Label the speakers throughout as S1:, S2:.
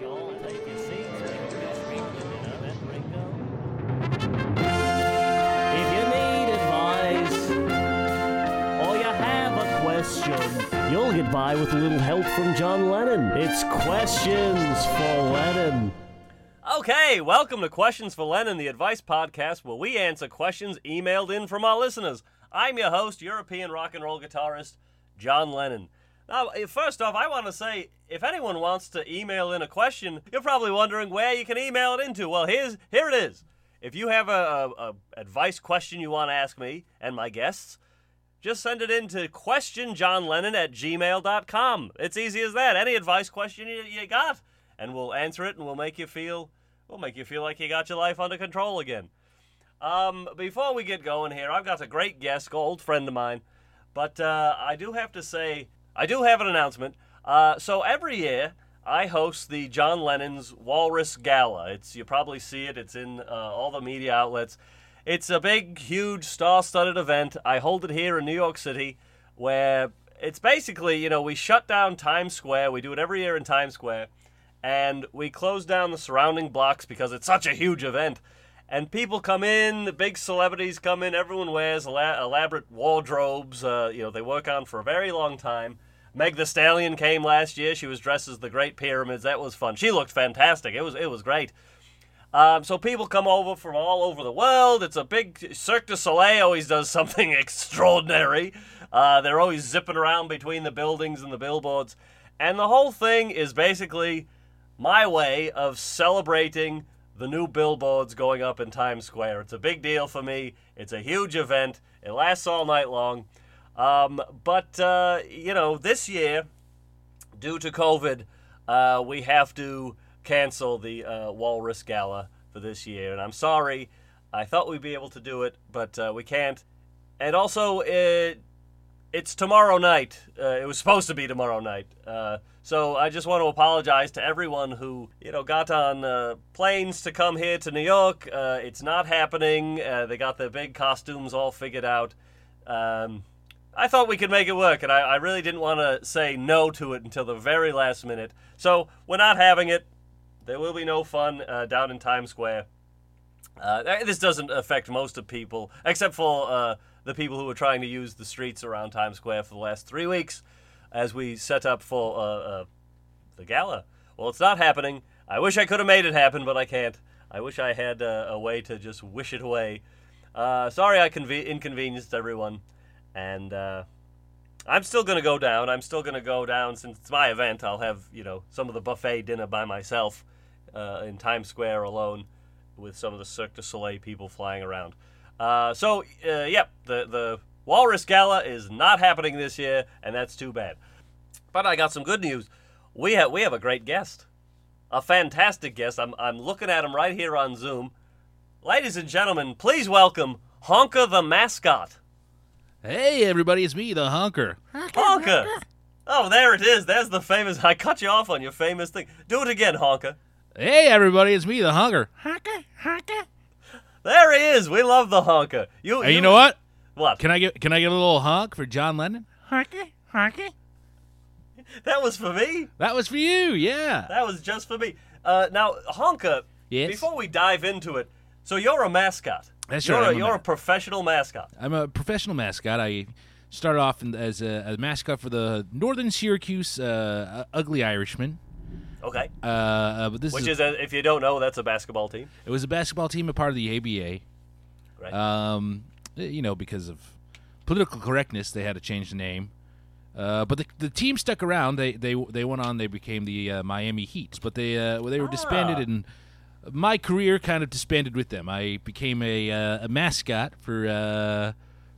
S1: y'all and take your seats. We've got Ringo, you know that Ringo. If you need advice or you have a question, you'll get by with a little help from John Lennon. It's Questions for Lennon.
S2: Okay, welcome to Questions for Lennon, the advice podcast where we answer questions emailed in from our listeners. I'm your host, European rock and roll guitarist John Lennon. Now, eh, first off, I want to say if anyone wants to email in a question, you're probably wondering where you can email it into. Well, here's here it is. If you have a, a, a advice question you want to ask me and my guests, just send it in to questionjohnlennon at gmail.com. It's easy as that. Any advice question you, you got, and we'll answer it and we'll make you feel we'll make you feel like you got your life under control again. Um, before we get going here, I've got a great guest, an old friend of mine, but uh, I do have to say I do have an announcement. Uh, so every year I host the John Lennon's Walrus Gala. It's you probably see it. It's in uh, all the media outlets. It's a big, huge, star-studded event. I hold it here in New York City, where it's basically you know we shut down Times Square. We do it every year in Times Square and we close down the surrounding blocks because it's such a huge event. And people come in, the big celebrities come in, everyone wears ela- elaborate wardrobes, uh, you know, they work on for a very long time. Meg the Stallion came last year, she was dressed as the Great Pyramids, that was fun. She looked fantastic, it was, it was great. Um, so people come over from all over the world. It's a big Cirque du Soleil always does something extraordinary. Uh, they're always zipping around between the buildings and the billboards, and the whole thing is basically my way of celebrating the new billboards going up in Times Square. It's a big deal for me. It's a huge event. It lasts all night long. Um, but uh, you know, this year due to COVID, uh, we have to cancel the uh, Walrus Gala for this year. And I'm sorry. I thought we'd be able to do it, but uh, we can't. And also, it, it's tomorrow night. Uh, it was supposed to be tomorrow night. Uh, so I just want to apologize to everyone who, you know, got on uh, planes to come here to New York. Uh, it's not happening. Uh, they got their big costumes all figured out. Um, I thought we could make it work, and I, I really didn't want to say no to it until the very last minute. So we're not having it. There will be no fun uh, down in Times Square. Uh, th- this doesn't affect most of people, except for uh, the people who were trying to use the streets around Times Square for the last three weeks as we set up for uh, uh, the gala. Well, it's not happening. I wish I could have made it happen, but I can't. I wish I had uh, a way to just wish it away. Uh, sorry I conve- inconvenienced everyone. And uh, I'm still going to go down. I'm still going to go down since it's my event. I'll have, you know, some of the buffet dinner by myself uh, in Times Square alone with some of the Cirque du Soleil people flying around. Uh, so, uh, yep, the, the Walrus Gala is not happening this year, and that's too bad. But I got some good news. We have, we have a great guest, a fantastic guest. I'm, I'm looking at him right here on Zoom. Ladies and gentlemen, please welcome Honka the mascot.
S3: Hey, everybody, it's me, the honker.
S2: Honka! Oh, there it is. There's the famous. I cut you off on your famous thing. Do it again, Honka.
S3: Hey, everybody, it's me, the honker.
S2: There he is. We love the Honka. You.
S3: Hey, Uh, you know what?
S2: What?
S3: Can I get can I get a little honk for John Lennon?
S2: That was for me.
S3: That was for you, yeah.
S2: That was just for me. Uh, now, Honka.
S3: Yes?
S2: Before we dive into it, so you're a mascot.
S3: That's
S2: you're
S3: right,
S2: A,
S3: I'm a
S2: you're a
S3: ma-
S2: professional mascot.
S3: I'm a professional mascot. I started off in, as a, a mascot for the Northern Syracuse uh, Ugly Irishman.
S2: Okay.
S3: Uh, uh, but this
S2: Which is,
S3: is,
S2: a, if you don't know, that's a basketball team.
S3: it was a basketball team, a part of the ABA.
S2: Right.
S3: Um, you know, because of political correctness, they had to change the name. Uh, but the, the team stuck around. They they they went on. They became the uh, Miami Heat. But they uh, well, they were disbanded, and my career kind of disbanded with them. I became a uh, a mascot for uh,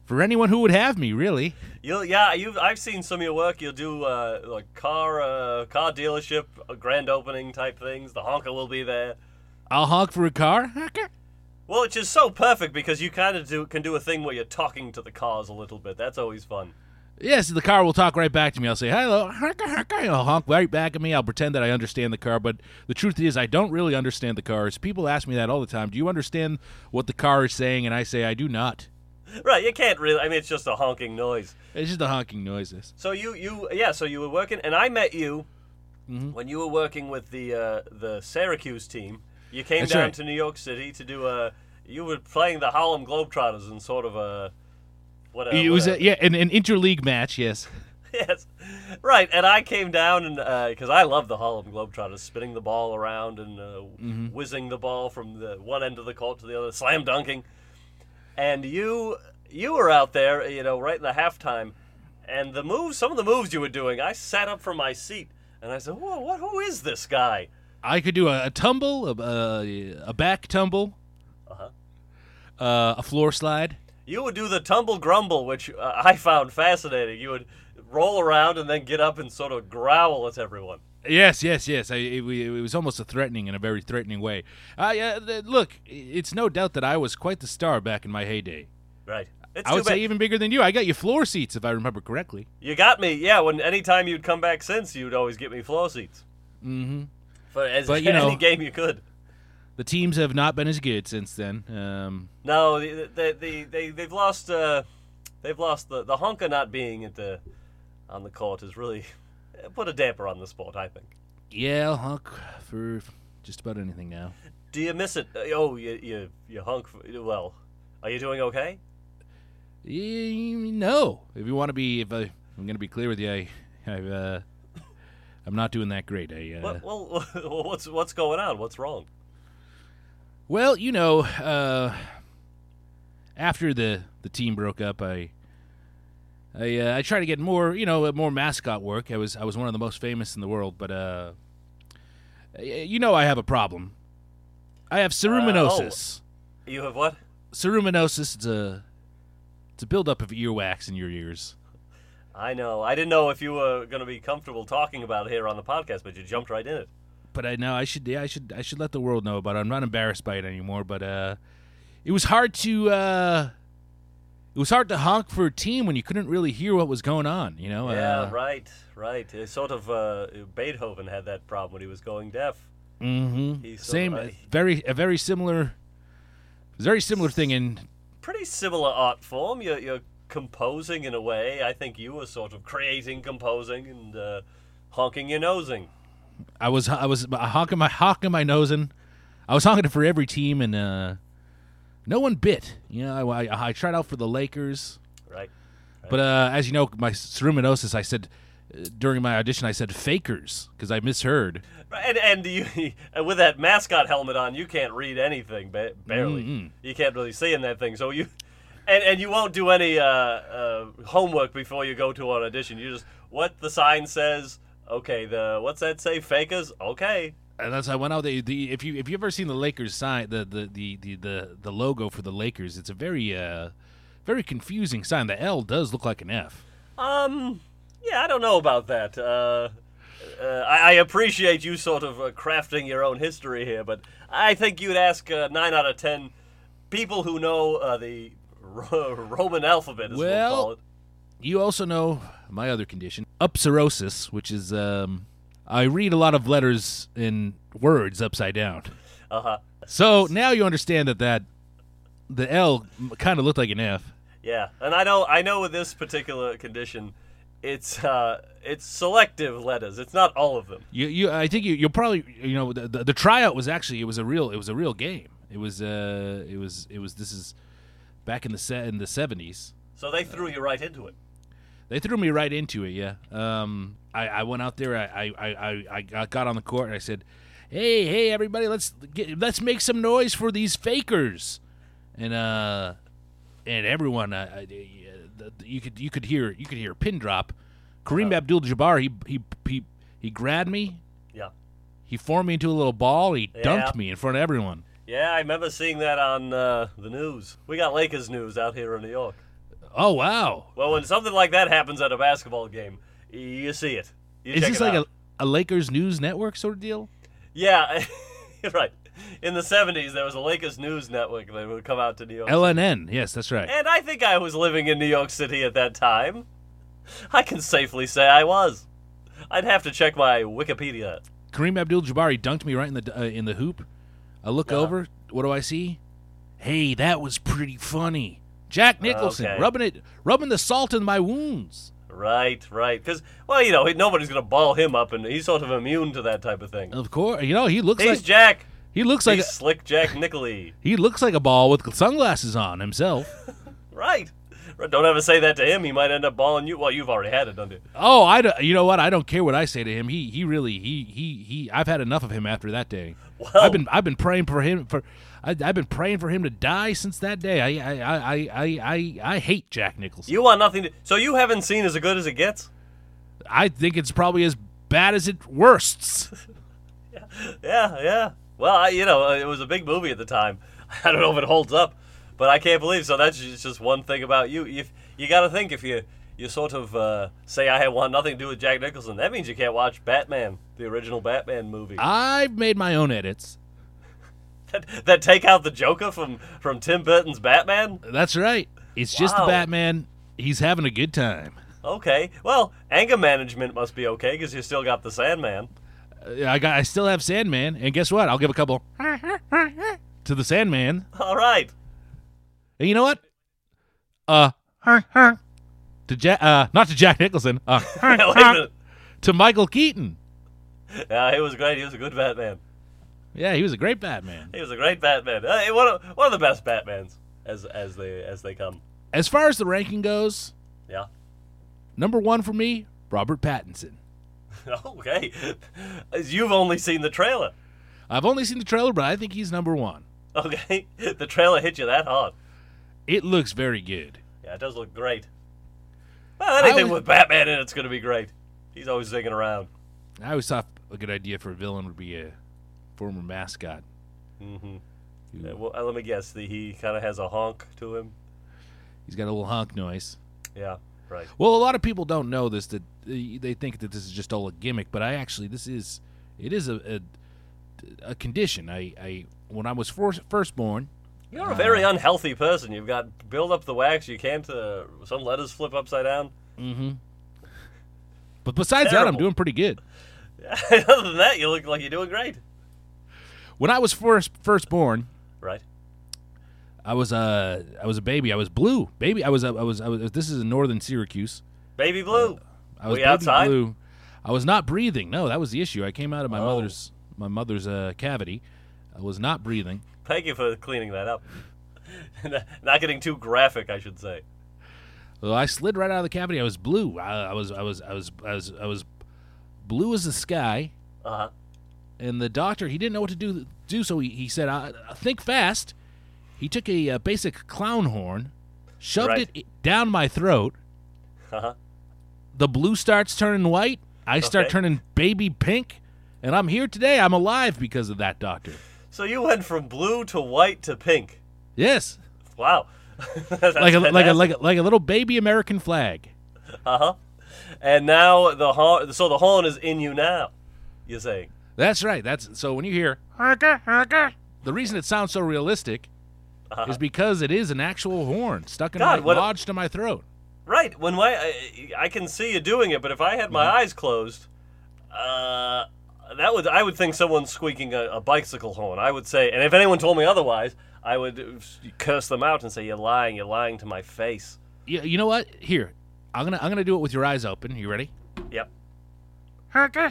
S3: for anyone who would have me. Really,
S2: You'll, yeah, you've, I've seen some of your work. You'll do uh, like car uh, car dealership uh, grand opening type things. The Honka will be there.
S3: I'll honk for a car.
S2: Well, which is so perfect because you kind of do can do a thing where you're talking to the cars a little bit. That's always fun.
S3: Yes, the car will talk right back to me. I'll say hello, I'll honk right back at me. I'll pretend that I understand the car, but the truth is, I don't really understand the cars. People ask me that all the time. Do you understand what the car is saying? And I say I do not.
S2: Right, you can't really. I mean, it's just a honking noise.
S3: It's just the honking noises.
S2: So you you yeah, so you were working, and I met you
S3: Mm-hmm.
S2: when you were working with the uh, the Syracuse team, you came
S3: That's
S2: down
S3: right.
S2: to New York City to do a. You were playing the Harlem Globetrotters in sort of a. Oh, Whatever.
S3: it was a, yeah, an, an interleague match. Yes.
S2: yes, right. And I came down and because I love the Harlem Globetrotters, spinning the ball around and uh,
S3: Mm-hmm.
S2: whizzing the ball from the one end of the court to the other, slam dunking. And you, you were out there, you know, right in the halftime, and the moves, some of the moves you were doing. I sat up from my seat and I said, "Whoa, what? Who is this guy?"
S3: I could do a, a tumble, a, a, a back tumble,
S2: Uh-huh.
S3: uh, a floor slide.
S2: You would do the tumble grumble, which uh, I found fascinating. You would roll around and then get up and sort of growl at everyone.
S3: Yes, yes, yes. I, it, we- it was almost a threatening in a very threatening way. I, uh, th- look, it's no doubt that I was quite the star back in my heyday.
S2: Right. It's
S3: I
S2: too
S3: would
S2: bad.
S3: say even bigger than you. I got you floor seats, if I remember correctly.
S2: You got me. Yeah, when anytime you'd come back since, you'd always get me floor seats.
S3: Mm-hmm.
S2: For as
S3: But, you know-
S2: any game you could.
S3: The teams have not been as good since then. Um,
S2: No, the, the, the, they they've lost uh, they've lost the the honker not being at the on the court has really put a damper on the sport, I think.
S3: yeah, I'll honk for just about anything now.
S2: Do you miss it? Uh, Oh, you you you hunk for, well. Are you doing okay?
S3: Eh, No, if you want to be, if I, I'm going to be clear with you, I, I, uh, I'm not doing that great. I, uh,
S2: What, well, what's what's going on? What's wrong?
S3: Well, you know, uh, after the the team broke up, I I uh, I tried to get more, you know, more mascot work. I was I was one of the most famous in the world, but uh, y- you know, I have a problem. I have ceruminosis.
S2: You have what?
S3: Ceruminosis is a it's a buildup of earwax in your ears.
S2: I know. I didn't know if you were going to be comfortable talking about it here on the podcast, but you jumped right in it.
S3: But I know I should yeah, I should I should let the world know about it. I'm not embarrassed by it anymore. But uh, it was hard to uh, it was hard to honk for a team when you couldn't really hear what was going on. You know.
S2: yeah,
S3: uh,
S2: right, right. It's sort of uh, Beethoven had that problem when he was going deaf.
S3: Mm-hmm.
S2: He's so
S3: Same,
S2: nutty.
S3: very, a very similar, very similar thing in.
S2: Pretty similar art form. You're, you're composing in a way. I think you were sort of creating, composing, and uh, honking your nosing.
S3: I was, I was honking my honking my nosing. I was honking it for every team, and uh, no one bit. You know, I, I, I tried out for the Lakers,
S2: Right.
S3: but uh, as you know, my ceruminosis. I said uh, during my audition, I said fakers because I misheard.
S2: Right, And and you and with that mascot helmet on, you can't read anything ba- barely. You can't really see in that thing. So you, and and you won't do any uh, uh, homework before you go to an audition. You just what the sign says. Okay, the what's that say? Fakers. Okay.
S3: And that's I went out. The, the if you if you ever seen the Lakers sign the the the the the, the logo for the Lakers, it's a very uh, very confusing sign. The L does look like an F.
S2: Um, yeah, I don't know about that. Uh, uh, I, I appreciate you sort of uh, crafting your own history here, but I think you'd ask uh, nine out of ten people who know uh, the Ro- Roman alphabet. As
S3: Well,
S2: we'll call it.
S3: You also know my other condition, upsirosis, which is um, I read a lot of letters and words upside down.
S2: Uh huh.
S3: So now you understand that that the L kind of looked like an F.
S2: Yeah, and I know I know with this particular condition, it's uh, it's selective letters. It's not all of them.
S3: You, you, I think you, you'll probably, you know, the, the, the tryout was actually it was a real, it was a real game. It was, uh, it was, it was. This is back in the set in the seventies.
S2: So they threw you right into it.
S3: They threw me right into it. Yeah. Um, I, I went out there. I, I, I, I- I got got on the court and I said, "Hey, hey, everybody, let's get, let's make some noise for these fakers," and uh, and everyone, uh, I- uh, you could you could hear you could hear a pin drop. Kareem Abdul-Jabbar, he he he he grabbed me.
S2: Yeah.
S3: He formed me into a little ball. He
S2: Yeah.
S3: dunked me in front of everyone.
S2: Yeah, I remember seeing that on uh, the news. We got Lakers news out here in New York.
S3: Oh wow!
S2: Well, when something like that happens at a basketball game, you see it. You
S3: Is
S2: check
S3: this
S2: it
S3: like a,
S2: out.
S3: a Lakers news network sort of deal?
S2: Yeah, right. In the '70s, there was a Lakers news network that would come out to New York.
S3: LNN. Yes, that's right.
S2: and I think I was living in New York City at that time. I can safely say I was. I'd have to check my Wikipedia.
S3: Kareem Abdul-Jabbar dunked me right in the uh, in the hoop. I look over. What do I see? Hey, that was pretty funny. Jack Nicholson
S2: Oh, Okay.
S3: rubbing it, rubbing the salt in my wounds.
S2: Right, right. Because well, you know, he- nobody's gonna ball him up, and he's sort of immune to that type of thing.
S3: Of course, you know he looks
S2: He's
S3: like
S2: Jack.
S3: he looks like
S2: he's Slick Jack Nickley.
S3: he looks like a ball with sunglasses on himself.
S2: Right. Right, Don't ever say that to him. He might end up balling you. Well, you've already had it, don't you?
S3: Oh, I don't, you know what? I don't care what I say to him. He he really he he he. I've had enough of him after that day.
S2: Well-
S3: I've been I've been praying for him for I, I've been praying for him to die since that day. I I I I I, I hate Jack Nicholson.
S2: You want nothing to. So you haven't seen as good as it gets.
S3: I think it's probably as bad as it worsts.
S2: Yeah, yeah. Well, I, you know, uh, it was a big movie at the time. I don't know if it holds up, but I can't believe. So that's ju- just one thing about you. If you got to think, if you you sort of uh, say I want nothing to do with Jack Nicholson, that means you can't watch Batman, the original Batman movie.
S3: I've made my own edits.
S2: that, that take out the Joker from from Tim Burton's Batman.
S3: That's right. It's just the
S2: Wow.
S3: Batman. He's having a good time.
S2: Okay. Well, anger management must be okay because you still got the Sandman.
S3: Uh, I got I still have Sandman, and guess what? I'll give a couple to the Sandman.
S2: All right.
S3: And you know what? Uh, to Jack, uh, not to Jack Nicholson, uh,
S2: Wait a minute.
S3: to Michael Keaton.
S2: Yeah, he was great. He was a good Batman.
S3: Yeah, he was a great Batman.
S2: He was a great Batman. Uh, one of one of the best Batmans as as they as they come.
S3: As far as the ranking goes,
S2: Yeah.
S3: number one for me, Robert Pattinson.
S2: Okay. As You've only seen the trailer.
S3: I've only seen the trailer, but I think he's number one.
S2: Okay. The trailer hit you that hard.
S3: It looks very good.
S2: Yeah, it does look great. Well, anything
S3: was-
S2: with Batman in it's going to be great. He's always zigging around.
S3: I always thought a good idea for a villain would be a former mascot.
S2: Yeah, well, uh, let me guess. The, he kind of has a honk to him.
S3: He's got a little honk noise.
S2: Yeah. Right.
S3: Well, a lot of people don't know this that uh, they think that this is just all a gimmick, but I actually this is it is a a, a condition. I, I when I was first, first born,
S2: You're a very unhealthy person. You've got build up the wax. You can't. Uh, some letters flip upside down.
S3: but besides that, I'm
S2: Terrible.
S3: doing pretty good.
S2: Other than that, you look like you're doing great.
S3: When I was first first born,
S2: Right.
S3: I was a I was a baby. I was blue baby. I was a, I was I was. This is in northern Syracuse.
S2: Baby blue.
S3: I was
S2: we
S3: baby
S2: outside?
S3: blue. I was not breathing. No, that was the issue. I came out of my
S2: Oh.
S3: mother's my mother's uh, cavity. I was not breathing.
S2: Thank you for cleaning that up. Not getting too graphic, I should say.
S3: Well, I slid right out of the cavity. I was blue. I, I was I was I was I was I was blue as the sky.
S2: Uh huh.
S3: And the doctor he didn't know what to do do, so he, he said, I, I "Think fast." He took a, uh basic clown horn, shoved
S2: Right.
S3: it i- down my throat.
S2: Uh huh.
S3: The blue starts turning white. I start
S2: Okay.
S3: turning baby pink, and I'm here today. I'm alive because of that doctor.
S2: So you went from blue to white to pink.
S3: Yes,
S2: Wow.
S3: like a, like a like a like a little baby American flag.
S2: Uh huh. And now the horn. So the horn is in you now. You're saying.
S3: That's right. That's so when you hear the reason it sounds so realistic is because it is an actual horn stuck in
S2: Uh-huh. God,
S3: my
S2: what a-
S3: lodged in my throat.
S2: Right. When my I, I can see you doing it, but if I had my
S3: Mm-hmm.
S2: eyes closed, uh, that would I would think someone's squeaking a, a bicycle horn. I would say, and if anyone told me otherwise, I would uh, curse them out and say, "You're lying. You're lying to my face."
S3: You, you know what? Here, I'm gonna I'm gonna do it with your eyes open. You ready?
S2: Yep.
S3: Okay.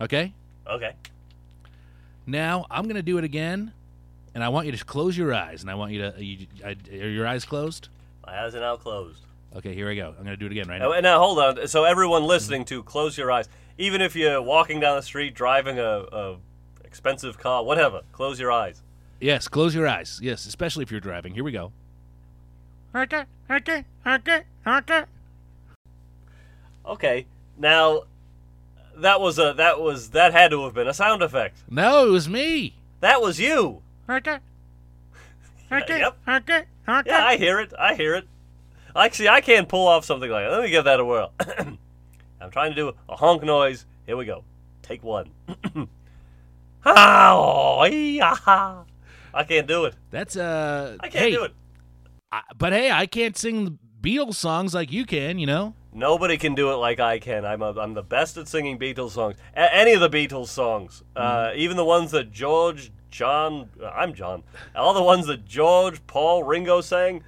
S2: Okay.
S3: Now I'm gonna do it again, and I want you to close your eyes, and I want you to you, I, are your eyes closed?
S2: My eyes are now closed.
S3: Okay, here I go. I'm gonna do it again right
S2: Now,
S3: now.
S2: now Uh, hold on. So everyone listening to, close your eyes. Even if you're walking down the street driving a, a expensive car, whatever, close your eyes.
S3: Yes, close your eyes. Yes, especially if you're driving. Here we go.
S2: Okay. Now, that was a that was that had to have been a sound effect.
S3: No, it was me.
S2: That was you. yep. Yeah, I hear it. I hear it. Actually, I can't pull off something like that. Let me give that a whirl. I'm trying to do a honk noise. Here we go. Take one. Ah, oh, yeah. I can't do it.
S3: That's uh.
S2: I can't
S3: hey,
S2: do it.
S3: I, but hey, I can't sing the Beatles songs like you can. You know.
S2: Nobody can do it like I can. I'm, a, I'm the best at singing Beatles songs. A- any of the Beatles songs, uh, even the ones that uh, George, John, I'm John, all the ones that George, Paul, Ringo sang,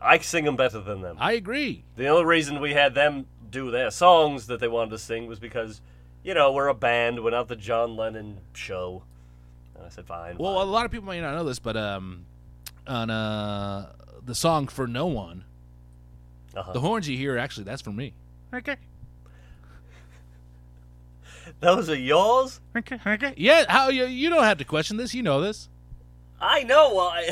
S2: I sing them better than them.
S3: I agree.
S2: The only reason we had them do their songs that they wanted to sing was because, you know, we're a band. We're not the John Lennon show. And I said, fine.
S3: Well, a
S2: fine.
S3: lot of people may not know this, but um, on uh, the song "For No One,"
S2: Uh-huh.
S3: the horns you hear actually that's for me. Okay.
S2: those are yours.
S3: Okay. Okay. Yeah. How you? You don't have to question this. You know this.
S2: I know why.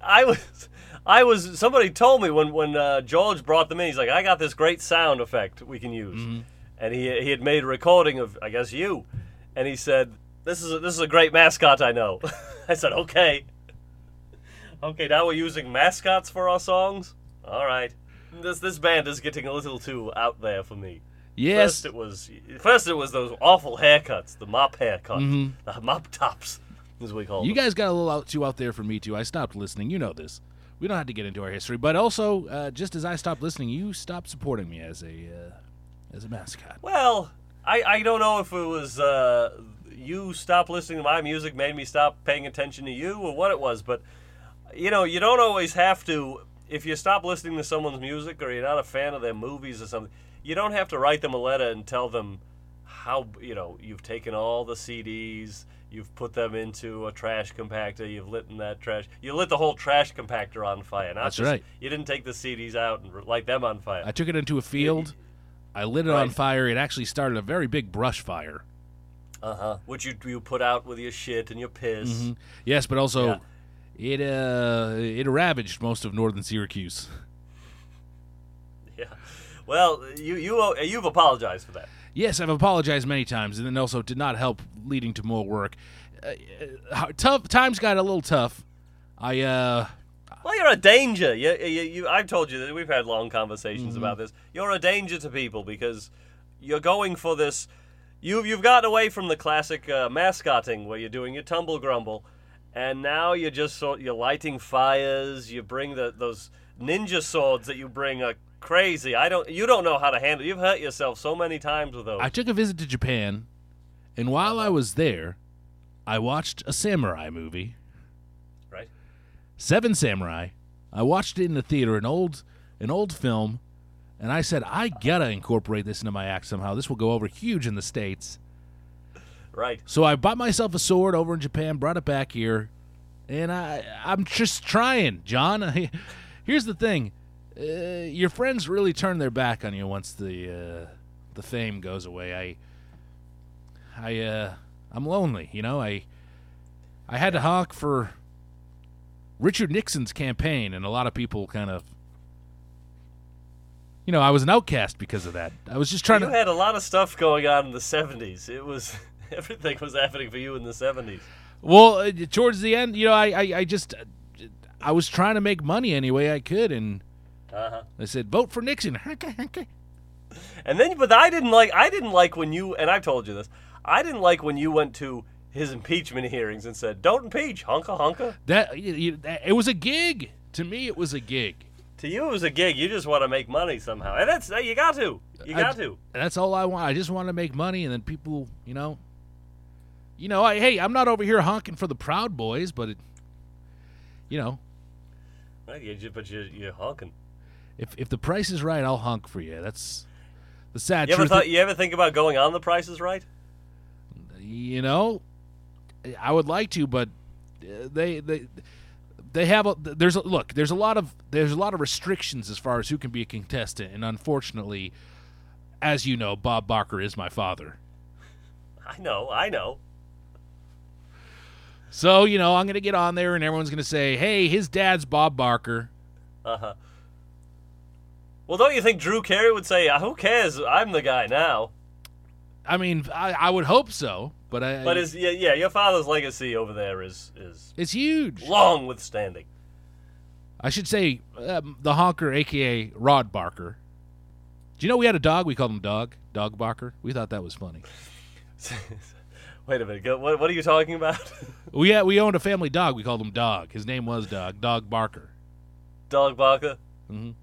S2: I was, I was. Somebody told me when when uh, George brought them in. He's like, I got this great sound effect we can use,
S3: Mm-hmm.
S2: and he he had made a recording of I guess you, and he said, this is a, this is a great mascot I know. I said, okay, okay. Now we're using mascots for our songs. All right. This this band is getting a little too out there for me.
S3: Yes.
S2: First it was first it was those awful haircuts, the mop haircuts, the mop tops, as we call
S3: Mm-hmm. You
S2: them.
S3: guys got a little out too out there for me too. I stopped listening. You know this. We don't have to get into our history, but also uh, just as I stopped listening, you stopped supporting me as a uh, as a mascot.
S2: Well, I, I don't know if it was uh, you stop listening to my music made me stop paying attention to you or what it was, but you know you don't always have to if you stop listening to someone's music or you're not a fan of their movies or something. You don't have to write them a letter and tell them how you know you've taken all the CDs, you've put them into a trash compactor, you've lit in that trash, you lit the whole trash compactor on fire. Not
S3: That's
S2: just-
S3: right.
S2: You didn't take the CDs out and light them on fire.
S3: I took it into a field. I lit it on
S2: Right.
S3: fire. It actually started a very big brush fire.
S2: Uh huh. Which you you put out with your shit and your piss.
S3: Mm-hmm. Yes, but also it uh it ravaged most of northern Syracuse.
S2: Yeah. Well, you you owe- you've apologized for that.
S3: Yes, I've apologized many times, and then also did not help, leading to more work. Uh, uh, how- tough times got a little tough. I uh
S2: Well, you're a danger. You, you, you, I've told you that we've had long conversations about this. You're a danger to people because you're going for this. You've you've gotten away from the classic uh, mascotting where you're doing your tumble grumble, and now you're just sort you're lighting fires. You bring the those ninja swords that you bring are crazy. I don't you don't know how to handle. You've hurt yourself so many times with those.
S3: I took a visit to Japan, and while I was there, I watched a samurai movie,
S2: right.
S3: Seven Samurai. I watched it in the theater, an old an old film, and I said I gotta incorporate this into my act somehow. This will go over huge in the states.
S2: Right.
S3: So I bought myself a sword over in Japan, brought it back here, and I I'm just trying, John. I, here's the thing: uh, your friends really turn their back on you once the uh, the fame goes away. I I uh, I'm lonely, you know. I I had to honk for Richard Nixon's campaign, and a lot of people kind of. You know, I was an outcast because of that. I was just trying
S2: You
S3: to.
S2: had a lot of stuff going on in the 70s. It was everything was happening for you in the 70s.
S3: Well, uh, towards the end, you know, I, I, I just, I was trying to make money any way I could, and
S2: Uh-huh.
S3: I said, vote for Nixon. Okay, okay.
S2: And then but I didn't like I didn't like when you and I've told you this. I didn't like when you went to his impeachment hearings and said, "Don't impeach, honka honka."
S3: That, you- you- that- it was a gig. To me, it was a gig.
S2: To you it was a gig. You just want to make money somehow. And that's you got to. You
S3: I-
S2: got to.
S3: That's all I want. I just want to make money, and then people, you know, you know, I, hey, I'm not over here honking for the Proud Boys, but, it, you know,
S2: Right? You ju- but you you're honking.
S3: if if the price is right, I'll honk for you. That's the sad
S2: You ever
S3: truth.
S2: thought you ever think about going on the prices right?
S3: you know i would like to but uh, they they they have a there's a look there's a lot of there's a lot of restrictions as far as who can be a contestant and unfortunately as you know bob barker is my father
S2: I know. I know.
S3: so you know i'm gonna get on there and everyone's gonna say hey his dad's bob barker
S2: Uh-huh. Well, don't you think Drew Carey would say, "Who cares? I'm the guy now."
S3: i mean i, I would hope so but i
S2: But is yeah, yeah, your father's legacy over there is is
S3: it's huge
S2: long withstanding.
S3: i should say um, the honker aka rod barker do you know we had a dog we called him dog dog barker we thought that was funny
S2: Wait a minute, go, what, what are you talking about?
S3: We had, we owned a family dog. We called him Dog. His name was Dog. Dog Barker.
S2: Dog Barker?
S3: Mhm.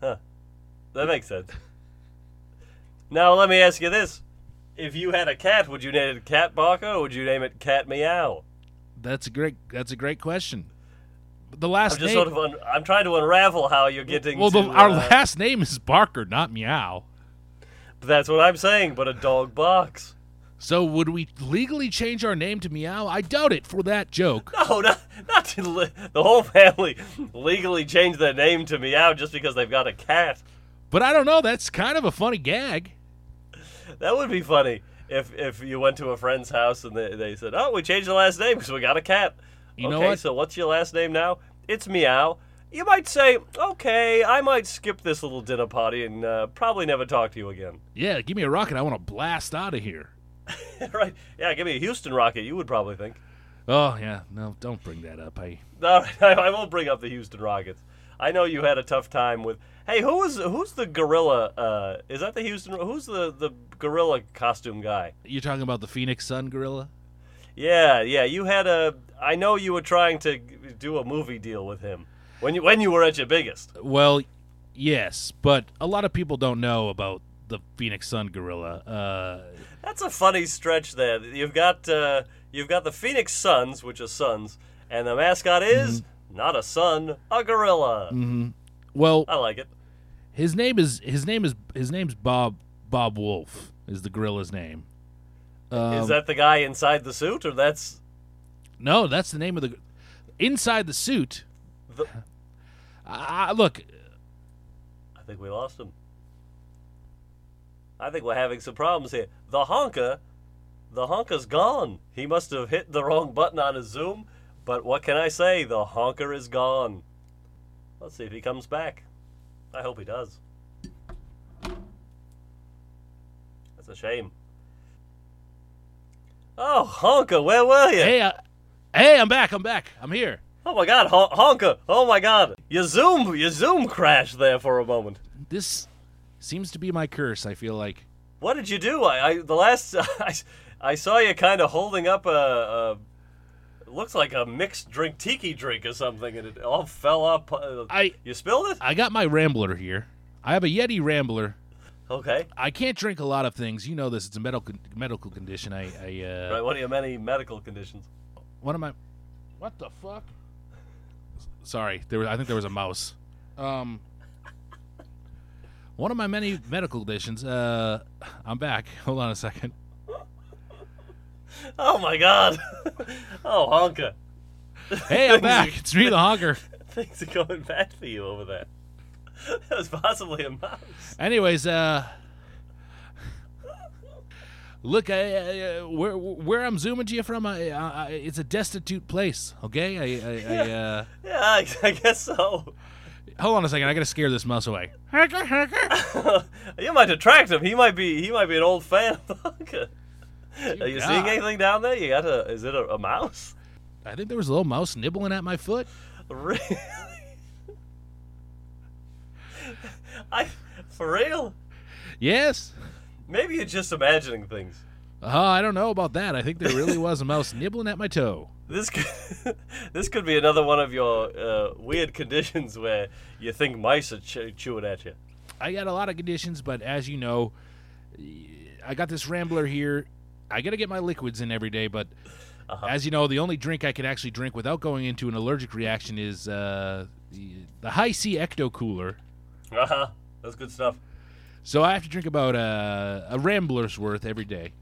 S2: Huh. That makes sense. Now let me ask you this: If you had a cat, would you name it Cat Barker or would you name it Cat Meow?
S3: That's a great. That's a great question. the last
S2: I'm just
S3: name.
S2: sort of un- I'm trying to unravel how you're getting.
S3: well, the,
S2: to,
S3: our
S2: uh,
S3: last name is Barker, not Meow.
S2: That's what I'm saying. But a dog barks.
S3: So would we legally change our name to Meow? I doubt it for that joke.
S2: No, not not to li- the whole family legally changed their name to Meow just because they've got a cat.
S3: But I don't know. That's kind of a funny gag.
S2: That would be funny if if you went to a friend's house and they, they said, "Oh, we changed the last name because we got a cat."
S3: You
S2: okay,
S3: know what?
S2: so what's your last name now? It's Meow. You might say, "Okay, I might skip this little dinner party and uh, probably never talk to you again."
S3: Yeah, give me a rocket. I want to blast out of here.
S2: right? Yeah, give me a Houston rocket. You would probably think.
S3: Oh yeah, no, don't bring that up. I
S2: All right, I, I won't bring up the Houston Rockets. I know you had a tough time with. Hey, who is who's the gorilla? Uh, is that the Houston? Who's the the gorilla costume guy?
S3: you're talking about the Phoenix Sun gorilla.
S2: Yeah, yeah. You had a. I know you were trying to g- do a movie deal with him when you when you were at your biggest.
S3: Well, yes, but a lot of people don't know about the Phoenix Sun gorilla. Uh,
S2: That's a funny stretch there. You've got uh, you've got the Phoenix Suns, which are suns, and the mascot is not a sun, a gorilla.
S3: well,
S2: I like it.
S3: his name is his name is his name's Bob Bob Wolf is the gorilla's name.
S2: Is
S3: Um,
S2: that the guy inside the suit, or that's
S3: No, that's the name of the inside the suit.
S2: the?
S3: I, I- look,
S2: I think we lost him. I think we're having some problems here. The honker, the honker's gone. He must have hit the wrong button on his Zoom, but what can I say? The honker is gone. Let's see if he comes back. I hope he does. That's a shame. Oh, honker, where were you?
S3: hey, I, hey, I'm back. I'm back. I'm here.
S2: Oh my god, hon- honker. Oh my god. Your Zoom, your Zoom crashed there for a moment.
S3: This seems to be my curse. I feel like
S2: What did you do? I, I the last I, I saw you kind of holding up a, a looks like a mixed drink tiki drink or something, and it all fell up. Uh,
S3: I
S2: you spilled it?
S3: I got my Rambler here. I have a Yeti Rambler.
S2: Okay.
S3: I can't drink a lot of things. You know this. It's a medical medical condition. I, I uh,
S2: Right. One of your many medical conditions.
S3: What am I? What the fuck? Sorry, there was. I think there was a mouse. Um, one of my many medical conditions. Uh, I'm back. Hold on a second.
S2: Oh my god. oh honker,
S3: Hey, I'm back. It's me, the honker.
S2: things are going bad for you over there. That was possibly a mouse.
S3: Anyways, uh, look, I, I, uh, where where I'm zooming to you from, I, I, I- it's a destitute place. Okay, I, I, I uh,
S2: Yeah, I, I guess so.
S3: hold on a second. I gotta scare this mouse away.
S2: you might attract him. He might be. He might be an old fan of honker. Are you seeing
S3: God.
S2: anything down there? You got a? Is it a, a mouse?
S3: I think there was a little mouse nibbling at my foot.
S2: Really? I for real?
S3: Yes.
S2: Maybe you're just imagining things.
S3: Uh, I don't know about that. I think there really was a mouse nibbling at my toe.
S2: This could, this could be another one of your uh, weird conditions where you think mice are ch- chewing at you.
S3: I got a lot of conditions, but as you know, I got this Rambler here. I got to get my liquids in every day, but as you know, the only drink I can actually drink without going into an allergic reaction is uh, the- the High C Ecto Cooler.
S2: Uh huh. That's good stuff.
S3: So I have to drink about uh, a Rambler's worth every day.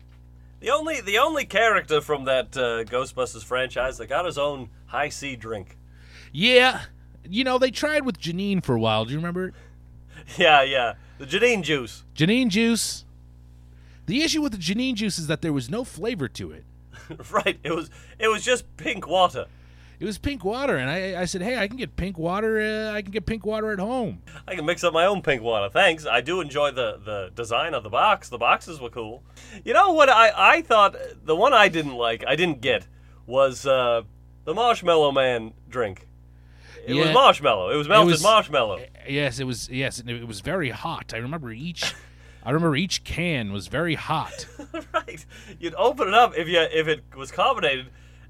S2: The only the only character from that uh, Ghostbusters franchise that got his own high C drink.
S3: Yeah. You know, they tried with Janine for a while. Do you remember?
S2: Yeah, yeah. The Janine juice.
S3: Janine juice. The issue with the Janine juice is that there was no flavor to it.
S2: right. It was it was just pink water.
S3: It was pink water, and I, I said, "Hey, I can get pink water. Uh, I can get pink water at home."
S2: I can mix up my own pink water. Thanks. I do enjoy the, the design of the box. The boxes were cool. You know what I, I thought the one I didn't like, I didn't get, was uh, the marshmallow man drink. It was
S3: Yeah.
S2: marshmallow. It was melted
S3: was-
S2: marshmallow.
S3: Yes, it was. Yes, and it was very hot. I remember each. I remember each can was very hot.
S2: right. You'd open it up if you if it was carbonated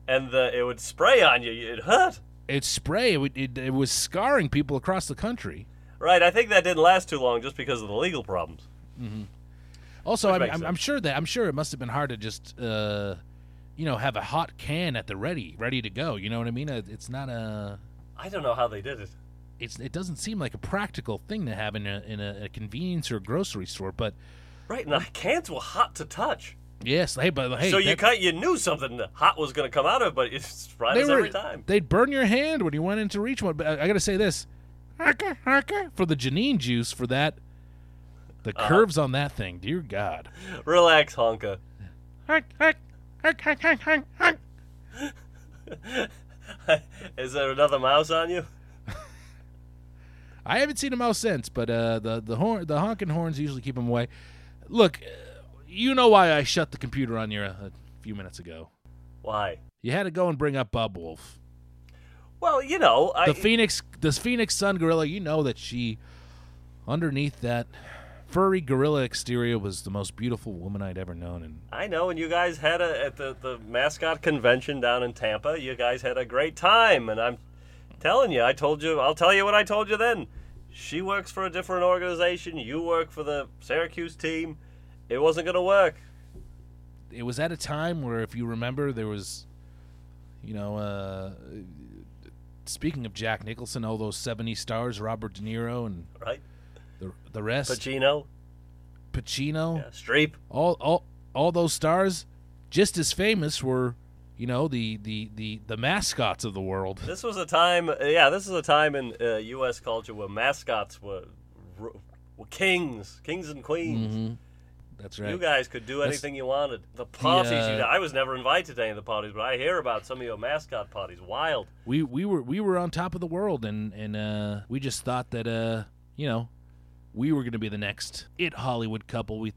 S2: and the, it would spray on you, it hurt.
S3: It spray. It, would- it, it was scarring people across the country.
S2: Right, I think that didn't last too long just because of the legal problems.
S3: Also, I'm,
S2: makes
S3: I'm, I'm sure that I'm sure it must have been hard to just, uh, you know, have a hot can at the ready, ready to go. You know what I mean? Uh, It's not a.
S2: I don't know how they did it.
S3: It's it doesn't seem like a practical thing to have in a in a, a convenience or grocery store, but
S2: Right, and the cans were hot to touch.
S3: yes, hey, but hey,
S2: so you
S3: that-
S2: cut, you knew something hot was going to come out of, it, but it's right
S3: they
S2: as
S3: were
S2: every time.
S3: they'd burn your hand when you went in to reach one. But I, I gotta say this, Harka, harka, for the Janine juice for that, the
S2: Uh-huh.
S3: curves on that thing, dear God.
S2: Relax, Honka.
S3: Hark, hark, hark, hark, hark, hark, hark.
S2: Is there another mouse on you?
S3: I haven't seen a mouse since, but uh, the the horn the honking horns usually keep them away. Look, uh, you know why I shut the computer on you a, a few minutes ago.
S2: Why?
S3: You had to go and bring up Bob Wolf,
S2: Well, you know, I,
S3: the Phoenix, the Phoenix Sun gorilla. You know that she, underneath that furry gorilla exterior, was the most beautiful woman I'd ever known, and
S2: I know, and you guys had a at the, the mascot convention down in Tampa. You guys had a great time, and I'm telling you, I told you, I'll tell you what I told you then. She works for a different organization. You work for the Syracuse team. It wasn't gonna work.
S3: it was at a time where, if you remember, there was, you know, uh, speaking of Jack Nicholson, all those '70s stars, Robert De Niro, and
S2: Right,
S3: the the rest,
S2: Pacino,
S3: Pacino,
S2: yeah, Streep.
S3: all all all those stars, just as famous were, you know, the the the the mascots of the world.
S2: This was a time, uh, yeah, this is a time in uh, U.S. culture where mascots were, r- were kings, kings and queens.
S3: Mhm. That's
S2: You
S3: right.
S2: guys could do
S3: That's-
S2: anything you wanted. The parties, you
S3: uh,
S2: know, I was never invited to any of the parties, but I hear about some of your mascot parties. Wild.
S3: we we were we were on top of the world, and and uh, we just thought that uh, you know, we were gonna be the next it Hollywood couple. We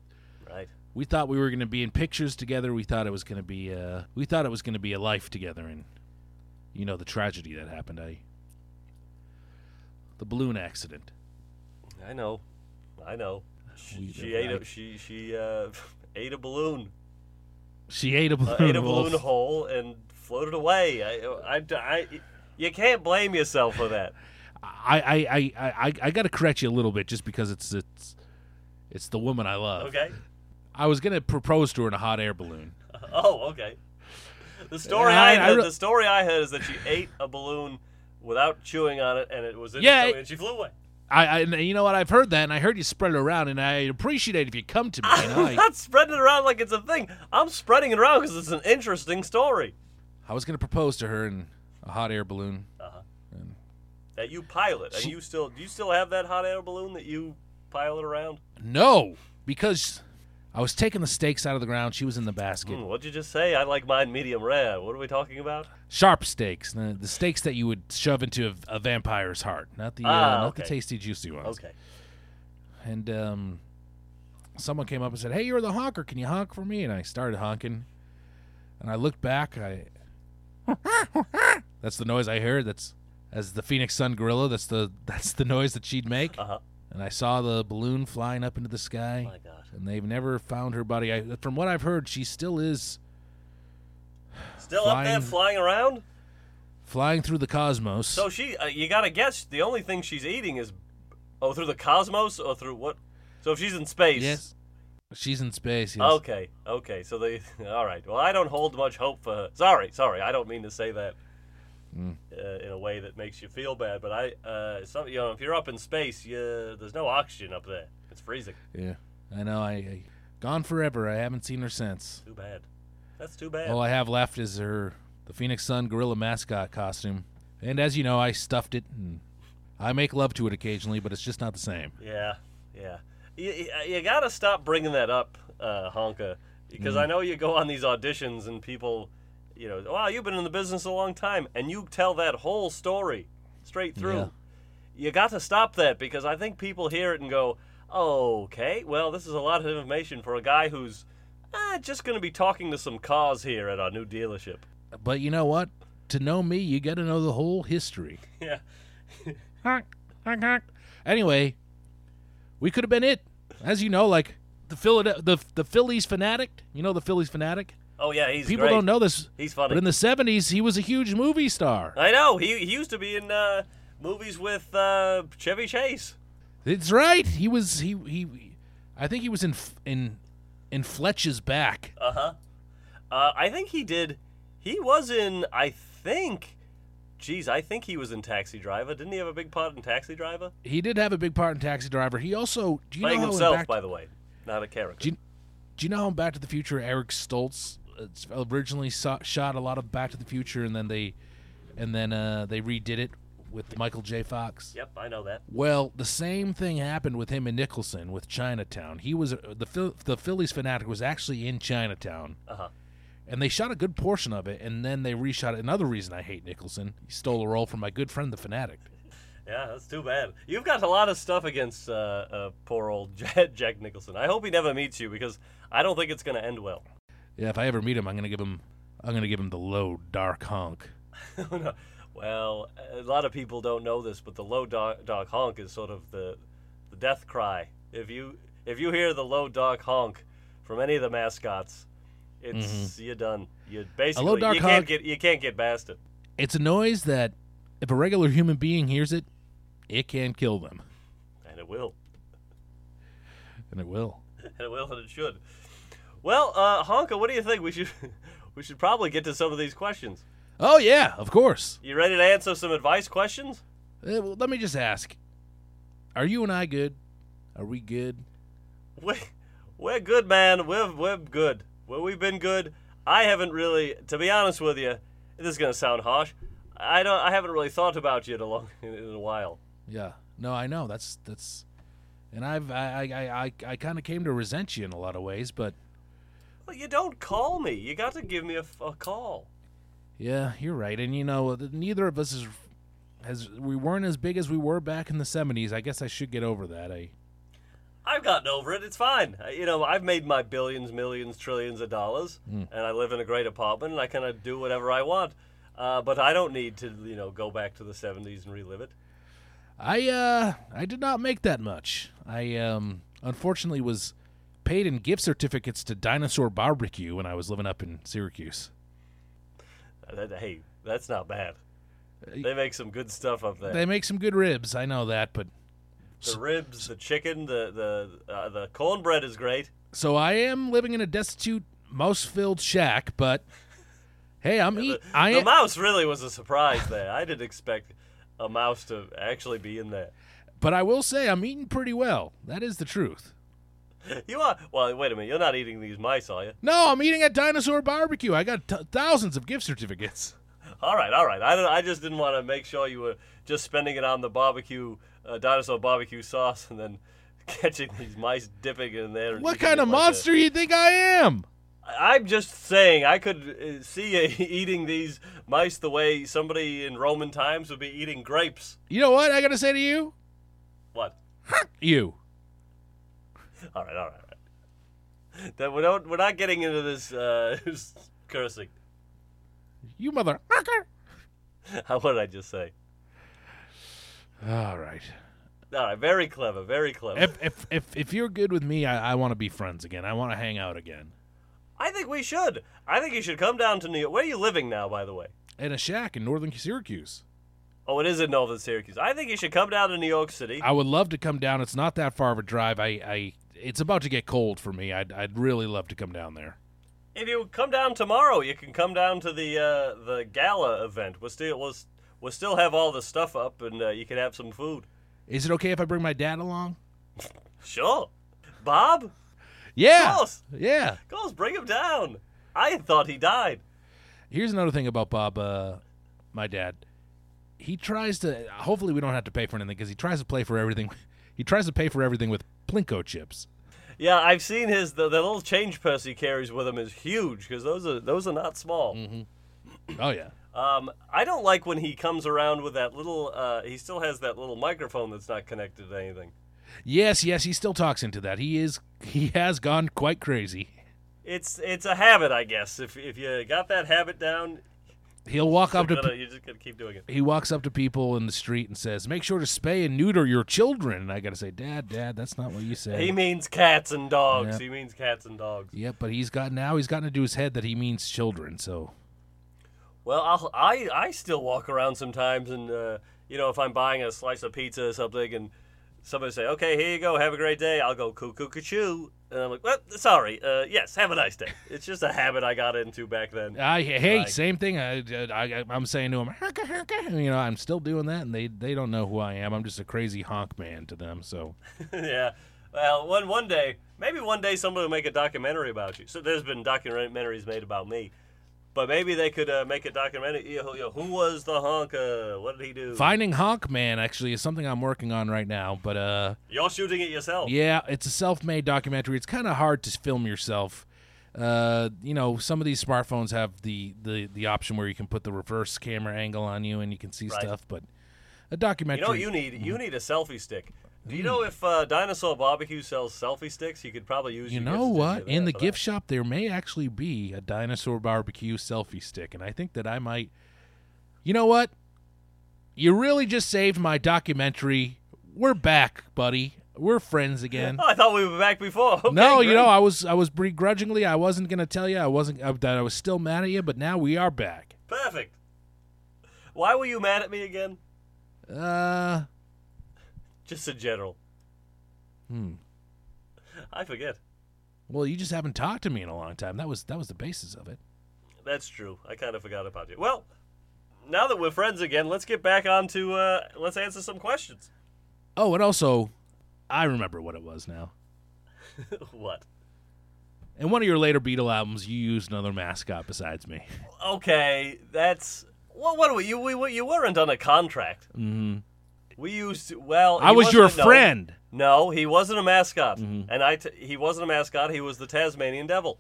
S2: Right.
S3: we thought we were gonna be in pictures together. We thought it was gonna be uh, we thought it was gonna be a life together, and you know the tragedy that happened. I the balloon accident.
S2: I know. I know. She,
S3: We-
S2: she ate
S3: I-
S2: a she she uh, ate a balloon,
S3: She ate a balloon.
S2: uh, ate a
S3: Wolf.
S2: balloon whole, and floated away. I, I, I, you can't blame yourself for that.
S3: I I, I, I, I got to correct you a little bit just because it's it's it's the woman I love.
S2: Okay.
S3: I was gonna propose to her in a hot air balloon.
S2: Oh, okay. The story
S3: I-
S2: I,
S3: I
S2: heard,
S3: re-
S2: the story I heard is that she ate a balloon without chewing on it, and it was in
S3: Yeah,
S2: her
S3: it-
S2: tummy, and she flew away.
S3: I, I and you know what I've heard that and I heard you spread it around and I appreciate it if you come to me. You know,
S2: I'm
S3: I,
S2: not spreading it around like it's a thing. I'm spreading it around because it's an interesting story
S3: I was gonna propose to her in a hot air balloon.
S2: that you pilot. And
S3: She-
S2: you still do you still have that hot air balloon that you pilot around?
S3: No, because I was taking the stakes out of the ground. She was in the basket.
S2: Hmm, what'd you just say? I like mine medium rare. What are we talking about?
S3: Sharp stakes, the, the stakes that you would shove into a, a vampire's heart, not the uh,
S2: Ah,
S3: not the
S2: okay.
S3: tasty juicy ones.
S2: Okay.
S3: and um, someone came up and said, "Hey, you're the honker. Can you honk for me?" And I started honking, and I looked back. And I that's the noise I heard. That's as the Phoenix Sun gorilla. That's the that's the noise that she'd make.
S2: Uh huh.
S3: And I saw the balloon flying up into the sky,
S2: My God.
S3: and they've never found her body. I, from what I've heard, she still is
S2: Still up there
S3: Flying-
S2: flying around?
S3: flying through the cosmos.
S2: So she, uh, you gotta guess. The only thing she's eating is, oh, through the cosmos or through what? So if she's Oh. in space.
S3: yes, she's in space. Yes.
S2: Okay. Okay. So they. All right. Well, I don't hold much hope for. Her. Sorry. Sorry. I don't mean to say that. Uh, in a way that makes you feel bad, but I, uh, some, you know, if you're up in space, you, there's no oxygen up there. It's freezing.
S3: Yeah, I know. I, I gone forever. I haven't seen her since.
S2: Too bad. That's too bad.
S3: All I have left is her, the Phoenix Sun gorilla mascot costume. And as you know, I stuffed it, and I make love to it occasionally, but it's just not the same.
S2: Yeah, yeah. You, you- you gotta stop bringing that up, uh, Honka,
S3: Mm.
S2: because I know you go on these auditions and people, you know, wow, you've been in the business a long time, and you tell that whole story straight through.
S3: Yeah.
S2: You got to stop that because I think people hear it and go, okay, well, this is a lot of information for a guy who's eh, just gonna be talking to some cars here at our new dealership.
S3: But you know what? To know me, you got to know the whole history.
S2: Yeah.
S3: Anyway, we could have been it. As you know, like the Philad- the the Phillies fanatic. You know the Phillies fanatic.
S2: Oh yeah, he's
S3: People
S2: great.
S3: don't know this,
S2: He's
S3: but
S2: funny.
S3: in the '70s, he was a huge movie star.
S2: I know. He, he used to be in uh, movies with uh, Chevy Chase.
S3: That's right. He was he he. I think he was in F- in in Fletch's back.
S2: Uh-huh. Uh I think he did. He was in. I think Geez, I think he was in Taxi Driver. Didn't he have a big part in Taxi Driver?
S3: He did have a big part in Taxi Driver. He also do you
S2: Playing
S3: know how in
S2: himself,
S3: Back-
S2: by the way, not a character.
S3: Do you, do you know how in Back to the Future Eric Stoltz uh, originally saw, shot a lot of Back to the Future and then they and then uh, they redid it with Michael J. Fox.
S2: Yep, I know that.
S3: Well, the same thing happened with him and Nicholson with Chinatown. He was uh, the Phil- the Phillies fanatic was actually in Chinatown.
S2: Uh-huh.
S3: And they shot a good portion of it, and then they reshot it. Another reason I hate Nicholson, he stole a role from my good friend the Fanatic.
S2: Yeah, that's too bad. You've got a lot of stuff against uh, uh, poor old Jack Jack Nicholson. I hope he never meets you because I don't think it's going to end well.
S3: Yeah, if I ever meet him, I'm gonna give him, I'm gonna give him the low dark honk.
S2: No. Well, a lot of people don't know this, but the low dog, dog honk is sort of the the death cry. If you if you hear the low dog honk from any of the mascots, it's you're done. You basically
S3: Mm-hmm. dog
S2: you
S3: honk-
S2: can't get you can't get past it.
S3: It's a noise that, if a regular human being hears it, it can kill them,
S2: And it will.
S3: and it will.
S2: And it will and it should. Well, uh, Honka, what do you think? We should we should probably get to some of these questions.
S3: Oh yeah, of course.
S2: You ready to answer some advice questions?
S3: Eh, well, let me just ask: Are you and I good? Are we good?
S2: we we're good, man. We're we're good. Well, we've been good. I haven't really, to be honest with you, this is gonna sound harsh. I don't. I haven't really thought about you in a long in, in a while.
S3: Yeah. No, I know. That's that's, and I've I I I, I, I kind of came to resent you in a lot of ways, but
S2: Well, you don't call me. You got to give me a, f- a call.
S3: yeah, you're right. And you know, th- neither of us is has we weren't as big as we were back in the '70s. I guess I should get over that. I
S2: I've gotten over it. It's fine. I- You know, I've made my billions, millions, trillions of dollars, and I live in a great apartment, and I kind of do whatever I want. Uh, but I don't need to, you know, go back to the '70s and relive it.
S3: I uh I did not make that much. I um unfortunately was paid in gift certificates to Dinosaur Barbecue when I was living up in Syracuse.
S2: Uh, that- hey, that's not bad. They make some good stuff up there.
S3: They make some good ribs, I know that, but
S2: The ribs, the chicken, the the uh, the cornbread is great.
S3: so I am living in a destitute mouse-filled shack, but hey, I'm eat I e-
S2: the
S3: am
S2: mouse really was a surprise there. I didn't expect a mouse to actually be in there.
S3: but I will say I'm eating pretty well. That is the truth.
S2: You are well. Wait a minute. You're not eating these mice, are you?
S3: No, I'm eating at Dinosaur Barbecue. I got t- thousands of gift certificates.
S2: All right, all right. I don't, I just didn't want to make sure you were just spending it on the barbecue uh, dinosaur barbecue sauce and then catching these mice dipping it in there. and
S3: What
S2: eating
S3: kind
S2: it
S3: of
S2: like that.
S3: monster you think I am?
S2: I'm just saying, I could uh, see you eating these mice the way somebody in Roman times would be eating grapes.
S3: You know what I got to say to you?
S2: What?
S3: You.
S2: All right, all right, all right. That we're not we're not getting into this uh, cursing.
S3: You mother.
S2: How what did I just say?
S3: All right.
S2: All right, very clever, very clever.
S3: If if if, if you're good with me, I, I want to be friends again. I want to hang out again.
S2: I think we should. I think you should come down to New York. Where are you living now, by the way?
S3: In a shack in northern Syracuse.
S2: Oh, it is in Northern Syracuse. I think you should come down to New York City.
S3: I would love to come down. It's not that far of a drive. I, I it's about to get cold for me. I'd I'd really love to come down there.
S2: If you come down tomorrow, you can come down to the uh, the gala event. We'll still we'll, s- we'll still have all the stuff up, and uh, you can have some food.
S3: Is it okay if I bring my dad along?
S2: Sure, Bob.
S3: Yeah.
S2: Of course.
S3: Yeah.
S2: Girls, bring him down. I thought he died.
S3: Here's another thing about Bob, uh, my dad. He tries to. Hopefully, we don't have to pay for anything because he tries to play for everything. He tries to pay for everything with plinko chips.
S2: Yeah, I've seen his the, the little change purse he carries with him is huge because those are those are not small.
S3: Oh yeah.
S2: Um, I don't like when he comes around with that little. Uh, he still has that little microphone that's not connected to anything.
S3: Yes, yes, he still talks into that. He is he has gone quite crazy.
S2: It's it's a habit, I guess. If if you got that habit down,
S3: He'll walk
S2: you're,
S3: up to
S2: gonna,
S3: pe-
S2: you're just gonna keep doing it.
S3: he walks up to people in the street and says, "Make sure to spay and neuter your children." And I got to say, "Dad, dad, that's not what you said."
S2: He means cats and dogs.
S3: Yeah.
S2: He means cats and dogs.
S3: Yep, but he's got now he's gotten into his head that he means children. So,
S2: Well, I'll, I I still walk around sometimes, and uh, you know, if I'm buying a slice of pizza or something, and somebody say, "Okay, here you go. Have a great day." I'll go cuckoo cuckoo, and I'm like, "Well, sorry. Uh, yes, have a nice day." It's just a habit I got into back then.
S3: I hey,
S2: Like-
S3: same thing. I, I I'm saying to them, "Honka, honka," you know, I'm still doing that, and they they don't know who I am. I'm just a crazy honk man to them. So
S2: yeah. Well, one one day, maybe one day somebody will make a documentary about you. So there's been documentaries made about me, but maybe they could uh, make a documentary. You know, you know, who was the honker? What did he do?
S3: finding honk man actually is something I'm working on right now. But uh,
S2: You're shooting it yourself.
S3: yeah, it's a self-made documentary. It's kind of hard to film yourself. Uh, you know, some of these smartphones have the the the option where you can put the reverse camera angle on you and you can see
S2: Right.
S3: stuff, but a
S2: You
S3: documentary.
S2: know what you need?
S3: Mm-hmm.
S2: You need a selfie stick. Do you
S3: Mm.
S2: know if uh, Dinosaur Barbecue sells selfie sticks? You could probably use.
S3: You
S2: your gift
S3: know what?
S2: certificate
S3: In
S2: for
S3: the
S2: that.
S3: gift shop, there may actually be a dinosaur barbecue selfie stick, and I think that I might. You know what? You really just saved my documentary. We're back, buddy. We're friends again.
S2: Oh, I thought we were back before. Okay,
S3: no, you
S2: great.
S3: know, I was I was begrudgingly. I wasn't gonna tell you. I wasn't uh, that I was still mad at you, but now we are back.
S2: perfect. Why were you mad at me again?
S3: Uh,
S2: Just in general.
S3: hmm.
S2: I forget.
S3: Well, you just haven't talked to me in a long time. That was that was the basis of it.
S2: That's true. I kind of forgot about you. Well, now that we're friends again, let's get back on to uh, let's answer some questions.
S3: Oh, and also, I remember what it was now.
S2: what?
S3: In one of your later Beatle albums, you used another mascot besides me.
S2: Okay, that's well. What are we? You we, we- you weren't on a contract.
S3: Mm-hmm.
S2: We used well.
S3: I
S2: he
S3: was your
S2: wasn't- no.
S3: friend.
S2: No, he wasn't a mascot,
S3: Mm-hmm.
S2: and I t- he wasn't a mascot. He was the Tasmanian Devil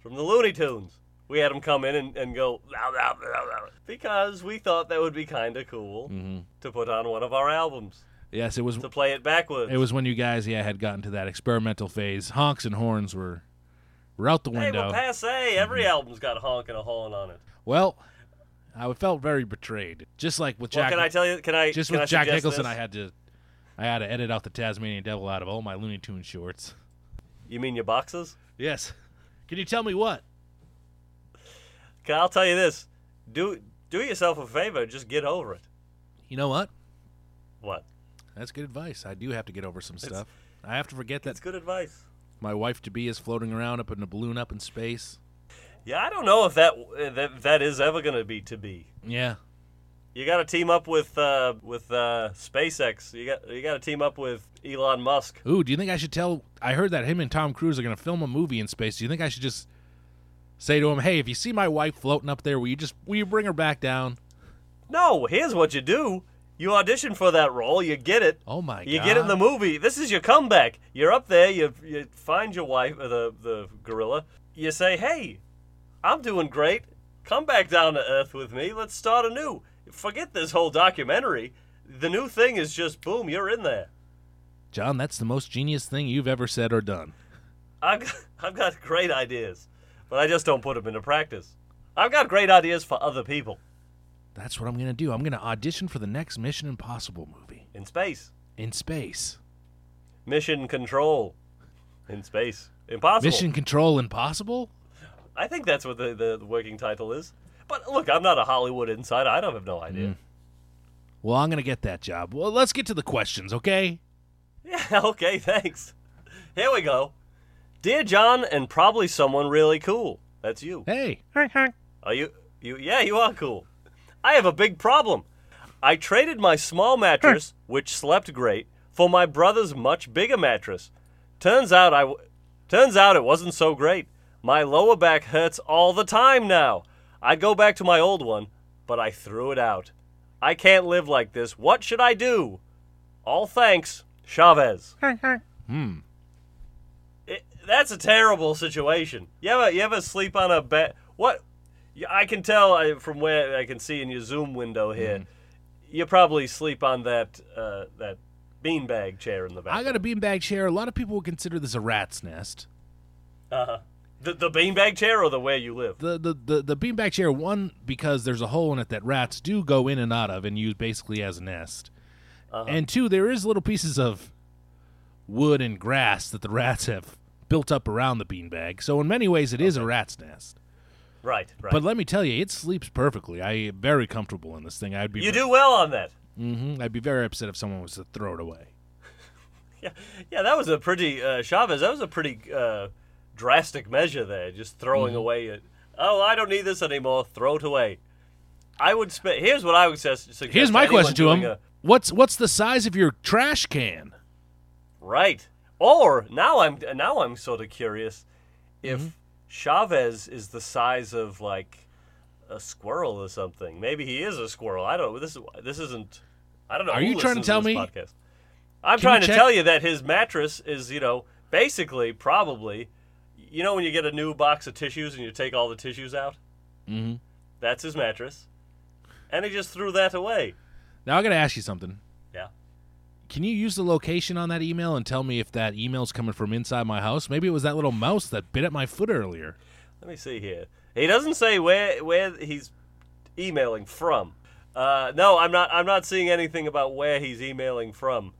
S2: from the Looney Tunes. We had him come in and, and go "Blah, blah, blah, blah," because we thought that would be kind of cool
S3: Mm-hmm.
S2: to put on one of our albums
S3: Yes, it was.
S2: to play it backwards.
S3: It was when you guys, yeah, had gotten to that experimental phase. Honks and horns were, were out the
S2: Hey,
S3: window.
S2: well, passe.
S3: Mm-hmm.
S2: Every album's got a honk and a horn on it.
S3: well, I felt very betrayed. Just like with
S2: Well,
S3: Jack,
S2: can I tell you? Can I?
S3: just
S2: can
S3: with
S2: I
S3: Jack
S2: suggest
S3: Nicholson,
S2: this?
S3: I had to, I had to edit out the Tasmanian Devil out of all my Looney Tunes shorts.
S2: You mean your boxes?
S3: Yes. Can you tell me what?
S2: Okay, I'll tell you this. Do do yourself a favor. Just get over it.
S3: You know what?
S2: What?
S3: That's good advice. I do have to get over some stuff. I have to forget that
S2: That's good advice.
S3: my wife to be is floating around up in a balloon up in space.
S2: Yeah, I don't know if that that, that is ever going to be to be.
S3: Yeah.
S2: You got to team up with uh, with uh, SpaceX. You got you got to team up with Elon Musk.
S3: Ooh, do you think I should tell? I heard that him and Tom Cruise are going to film a movie in space. Do you think I should just say to him, "Hey, if you see my wife floating up there, will you just will you bring her back down?"
S2: No, here's what you do. You audition for that role. You get it.
S3: Oh my
S2: You
S3: god!
S2: get in the movie. This is your comeback. You're up there. You you find your wife, uh, the the gorilla. You say, "Hey, I'm doing great. Come back down to earth with me. Let's start anew. Forget this whole documentary. The new thing is just boom. You're in there.
S3: John, that's the most genius thing you've ever said or done.
S2: I've got, I've got great ideas, but I just don't put them into practice. I've got great ideas for other people
S3: That's what I'm going to do. I'm going to audition for the next Mission Impossible movie
S2: in space.
S3: in space.
S2: Mission Control in space. Impossible.
S3: Mission Control Impossible?
S2: I think that's what the, the, the working title is. But look, I'm not a Hollywood insider. I don't have no idea.
S3: Well, I'm going to get that job. Well, let's get to the questions, okay?
S2: Yeah, okay, thanks. Here we go. Dear John and probably someone really cool. That's you.
S3: Hey.
S2: Are you you yeah, you are cool. I have a big problem. I traded my small mattress, which slept great, for my brother's much bigger mattress. Turns out I w- turns out it wasn't so great. My lower back hurts all the time now. I go back to my old one, but I threw it out. I can't live like this. What should I do? All thanks, Chavez.
S3: Hmm.
S2: It, that's a terrible situation. You ever you ever sleep on a bed? What? y- I can tell I, from where I can see in your Zoom window here.
S3: Mm-hmm.
S2: You probably sleep on that uh, that beanbag chair in the back.
S3: I got a beanbag chair. A lot of people would consider this a rat's nest.
S2: uh-huh. the the beanbag chair or the where you live.
S3: the the the, the beanbag chair one because there's a hole in it that rats do go in and out of and use basically as a nest
S2: Uh-huh.
S3: and two there is little pieces of wood and grass that the rats have built up around the beanbag so in many ways it is a rat's nest
S2: Right, right.
S3: but let me tell you it sleeps perfectly i am very comfortable in this thing i'd be Mm-hmm.
S2: you do well on that.
S3: hmm i'd be very upset if someone was to throw it away
S2: yeah, yeah, that was a pretty uh, Chavez. That was a pretty uh, drastic measure there, just throwing
S3: Mm-hmm.
S2: away it. Oh, I don't need this anymore. Throw it away. I would spend. Here's what I would sus- suggest.
S3: Here's my
S2: anyone
S3: question to
S2: doing
S3: him:
S2: a-
S3: What's what's the size of your trash can?
S2: right. Or now I'm now I'm sort of curious if
S3: Mm-hmm.
S2: Chavez is the size of like a squirrel or something. Maybe he is a squirrel. I don't know. This is this isn't. I don't know.
S3: Are
S2: who
S3: you trying to
S2: listens
S3: tell
S2: this
S3: me-
S2: Podcast. I'm
S3: Can
S2: trying
S3: you
S2: to
S3: check-
S2: tell you that his mattress is, you know, basically probably, you know, when you get a new box of tissues and you take all the tissues out.
S3: Mm-hmm.
S2: That's his mattress, and he just threw that away.
S3: Now I got to ask you something.
S2: Yeah.
S3: Can you use the location on that email and tell me if that email's coming from inside my house? Maybe it was that little mouse that bit at my foot earlier.
S2: Let me see here. He doesn't say where where he's emailing from. Uh, no, I'm not. I'm not seeing anything about where he's emailing from.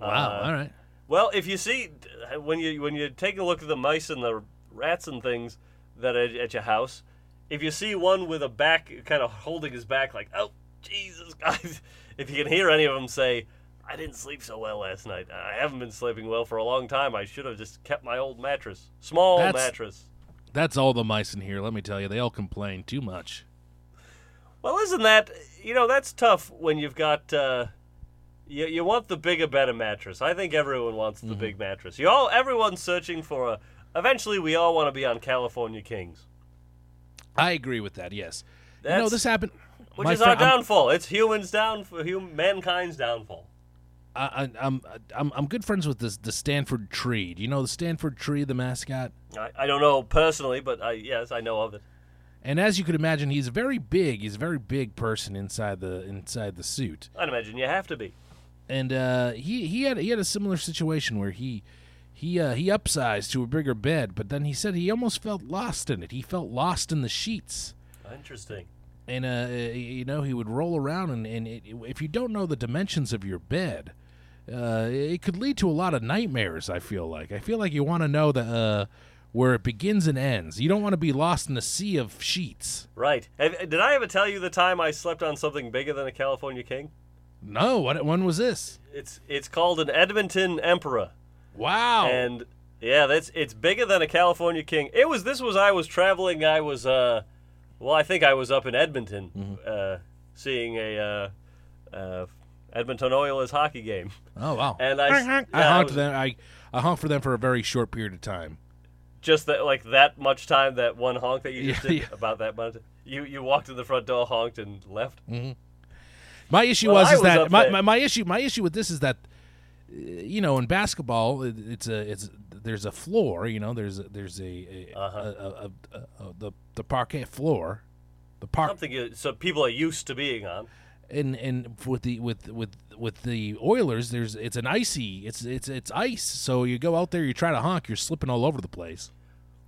S3: Wow.
S2: Uh,
S3: all right.
S2: Well, if you see when you when you take a look at the mice and the rats and things that are at your house, if you see one with a back kind of holding his back, like oh Jesus, guys, if you can hear any of them say, "I didn't sleep so well last night. I haven't been sleeping well for a long time. I should have just kept my old mattress, small
S3: That's-
S2: mattress."
S3: That's all the mice in here. Let me tell you, they all complain too much.
S2: Well, isn't that you know that's tough when you've got uh, you you want the bigger, better mattress. I think everyone wants
S3: Mm-hmm.
S2: the big mattress. You all everyone's searching for a. Eventually, we all want to be on California Kings,
S3: I agree with that. Yes. you know,
S2: That's-
S3: this happened.
S2: which
S3: my
S2: is
S3: fri-
S2: our
S3: I'm-
S2: downfall. It's humans down, hum, mankind's downfall.
S3: I, I, I'm, I'm I'm good friends with this the Stanford tree. Do you know the Stanford tree, the mascot?
S2: I, I don't know personally, but I yes I know of it.
S3: And as you could imagine, he's very big. He's a very big person inside the inside the suit.
S2: I'd imagine you have to be.
S3: and uh, he he had he had a similar situation where he he uh, he upsized to a bigger bed, but then he said he almost felt lost in it. He felt lost in the sheets,
S2: Interesting.
S3: and uh, you know he would roll around, and and it, if you don't know the dimensions of your bed, uh, it could lead to a lot of nightmares. I feel like I feel like you want to know the uh, where it begins and ends. You don't want to be lost in a sea of sheets.
S2: Right. Have, did I ever tell you the time I slept on something bigger than a California King?
S3: No, what when was this?
S2: It's it's called an Edmonton Emperor.
S3: Wow.
S2: and yeah, that's it's bigger than a California King. It was this was I was traveling. I was uh, well, I think I was up in Edmonton,
S3: Mm-hmm.
S2: uh, seeing a uh, uh, Edmonton Oilers hockey game,
S3: oh wow.
S2: and I s-
S3: I
S2: yeah, I
S3: honked
S2: was-
S3: them. I I honked for them for a very short period of time.
S2: just that like that much time that one honk that you just
S3: Yeah,
S2: did
S3: yeah.
S2: about that much. You you walked in the front door, honked, and left.
S3: Mm-hmm. My issue
S2: Well,
S3: was
S2: I
S3: is
S2: was
S3: that
S2: up
S3: my,
S2: there.
S3: my, my issue my issue with this is that uh, you know in basketball it, it's a it's there's a floor you know there's a, there's a, a,
S2: Uh-huh.
S3: a, a, a, a the the parquet floor the park
S2: Something you, so people are used to being on.
S3: and and with the with with with the Oilers there's it's an icy it's it's it's ice so you go out there you try to honk you're slipping all over the place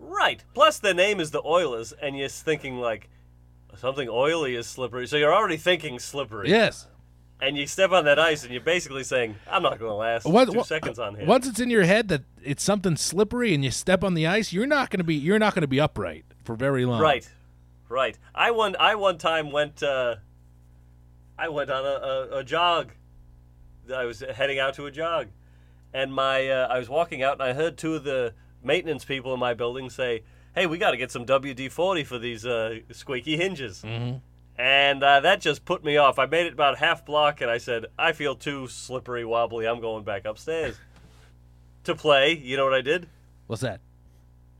S2: Right. Plus, their name is the Oilers, and you're thinking like something oily is slippery. So you're already thinking slippery.
S3: yes
S2: and you step on that ice and you're basically saying, I'm not going to last
S3: Once-
S2: two
S3: on-
S2: seconds on here.
S3: once it's in your head that it's something slippery and you step on the ice you're not going to be you're not going to be upright for very long
S2: Right, right. I one I one time went uh, I went on a, a, a jog. I was heading out to a jog, and my uh, I was walking out and I heard two of the maintenance people in my building say, "Hey, we got to get some WD forty for these uh, squeaky hinges." Mm-hmm. And uh, that just put me off. I made it about half block, and I said, "I feel too slippery, wobbly. I'm going back upstairs to play." You know what I did?
S3: what's that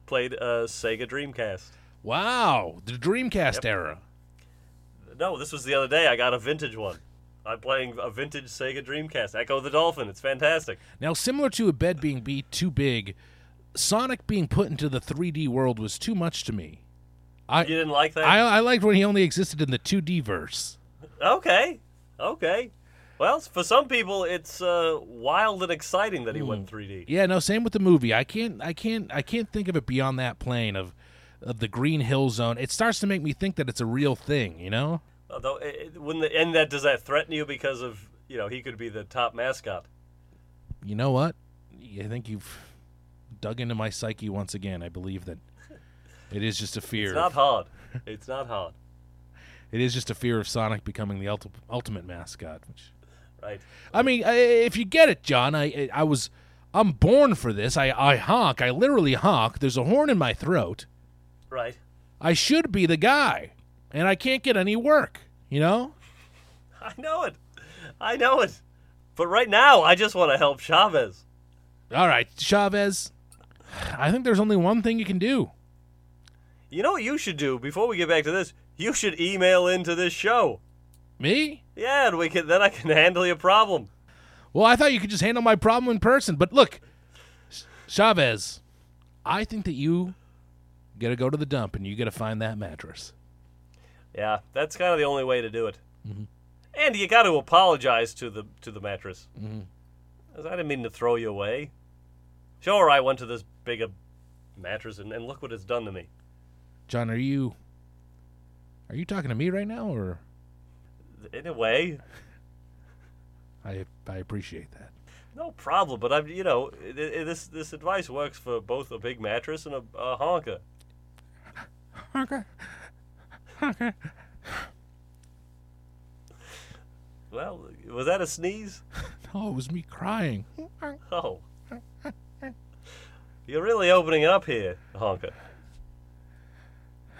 S2: Played uh, Sega Dreamcast.
S3: Wow, the Dreamcast era.
S2: No, this was the other day. I got a vintage one. I'm playing a vintage Sega Dreamcast. Echo the Dolphin. It's fantastic.
S3: Now, similar to a bed being beat too big, Sonic being put into the 3D world was too much to me.
S2: You didn't like that?
S3: I, I liked when he only existed in the 2D verse.
S2: Okay. Okay. Well, for some people, it's uh, wild and exciting that he went 3D.
S3: Yeah, no, same with the movie. I can't, I can't, I can't think of it beyond that plane of, of the Green Hill Zone. It starts to make me think that it's a real thing. You know?
S2: Although, it, it, wouldn't the, and that does that threaten you because of you know he could be the top mascot?
S3: You know what? I think you've dug into my psyche once again. I believe that it is just a fear.
S2: It's not hard. It's not hard.
S3: it is just a fear of Sonic becoming the ulti- ultimate mascot, which.
S2: Right.
S3: I mean, I- if you get it, John, I I was I'm born for this. I, I honk. I literally honk. There's a horn in my throat.
S2: Right.
S3: I should be the guy, and I can't get any work. You know?
S2: I know it. I know it. But right now, I just want to help Chavez.
S3: All right, Chavez. I think there's only one thing you can do.
S2: You know what you should do before we get back to this? You should email into this show.
S3: Me?
S2: Yeah, and we can then I can handle your problem.
S3: Well, I thought you could just handle my problem in person. But look, Ch- Chavez, I think that you got to go to the dump and you got to find that mattress.
S2: Yeah, that's kind of the only way to do it. And you got to apologize to the to the mattress. mm I didn't mean to throw you away. Sure, I went to this big a mattress, and, and look what it's done to me.
S3: John, are you are you talking to me right now, or
S2: In a way,
S3: I I appreciate that.
S2: no problem. But I'm, you know, i i this this advice works for both a big mattress and a, a honker.
S3: Okay. Okay.
S2: Well, was that a sneeze?
S3: No, Oh, it was me crying.
S2: Oh. You're really opening it up here, Honker.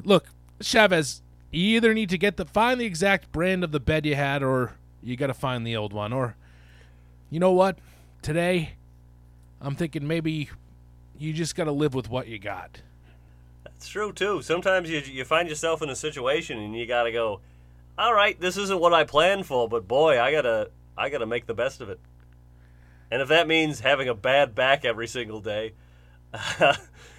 S3: Look, Chavez, you either need to get the find the exact brand of the bed you had, or you got to find the old one. Or, you know what? Today, I'm thinking maybe you just got to live with what you got.
S2: That's true, too. Sometimes you, you find yourself in a situation and you gotta go, all right, this isn't what I planned for, but boy, I gotta, I gotta make the best of it. And if that means having a bad back every single day,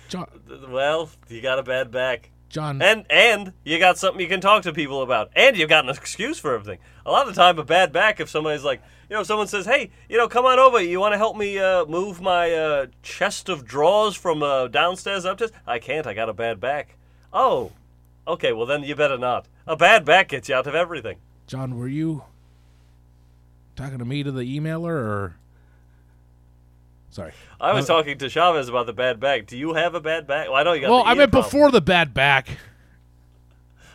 S3: John,
S2: well, you got a bad back.
S3: John,
S2: And and you got something you can talk to people about. And you've got an excuse for everything. A lot of the time, a bad back if somebody's like, you know, if someone says, hey, you know, come on over. You want to help me uh, move my uh, chest of drawers from uh, downstairs upstairs? I can't. I got a bad back. Oh, okay. Well, then you better not. A bad back gets you out of everything.
S3: John, were you talking to me to the emailer or? Sorry.
S2: I was talking to Chavez about the bad back. Do you have a bad back? Well, I know you got.
S3: Well,
S2: the
S3: I
S2: ear
S3: meant
S2: problem.
S3: before the bad back.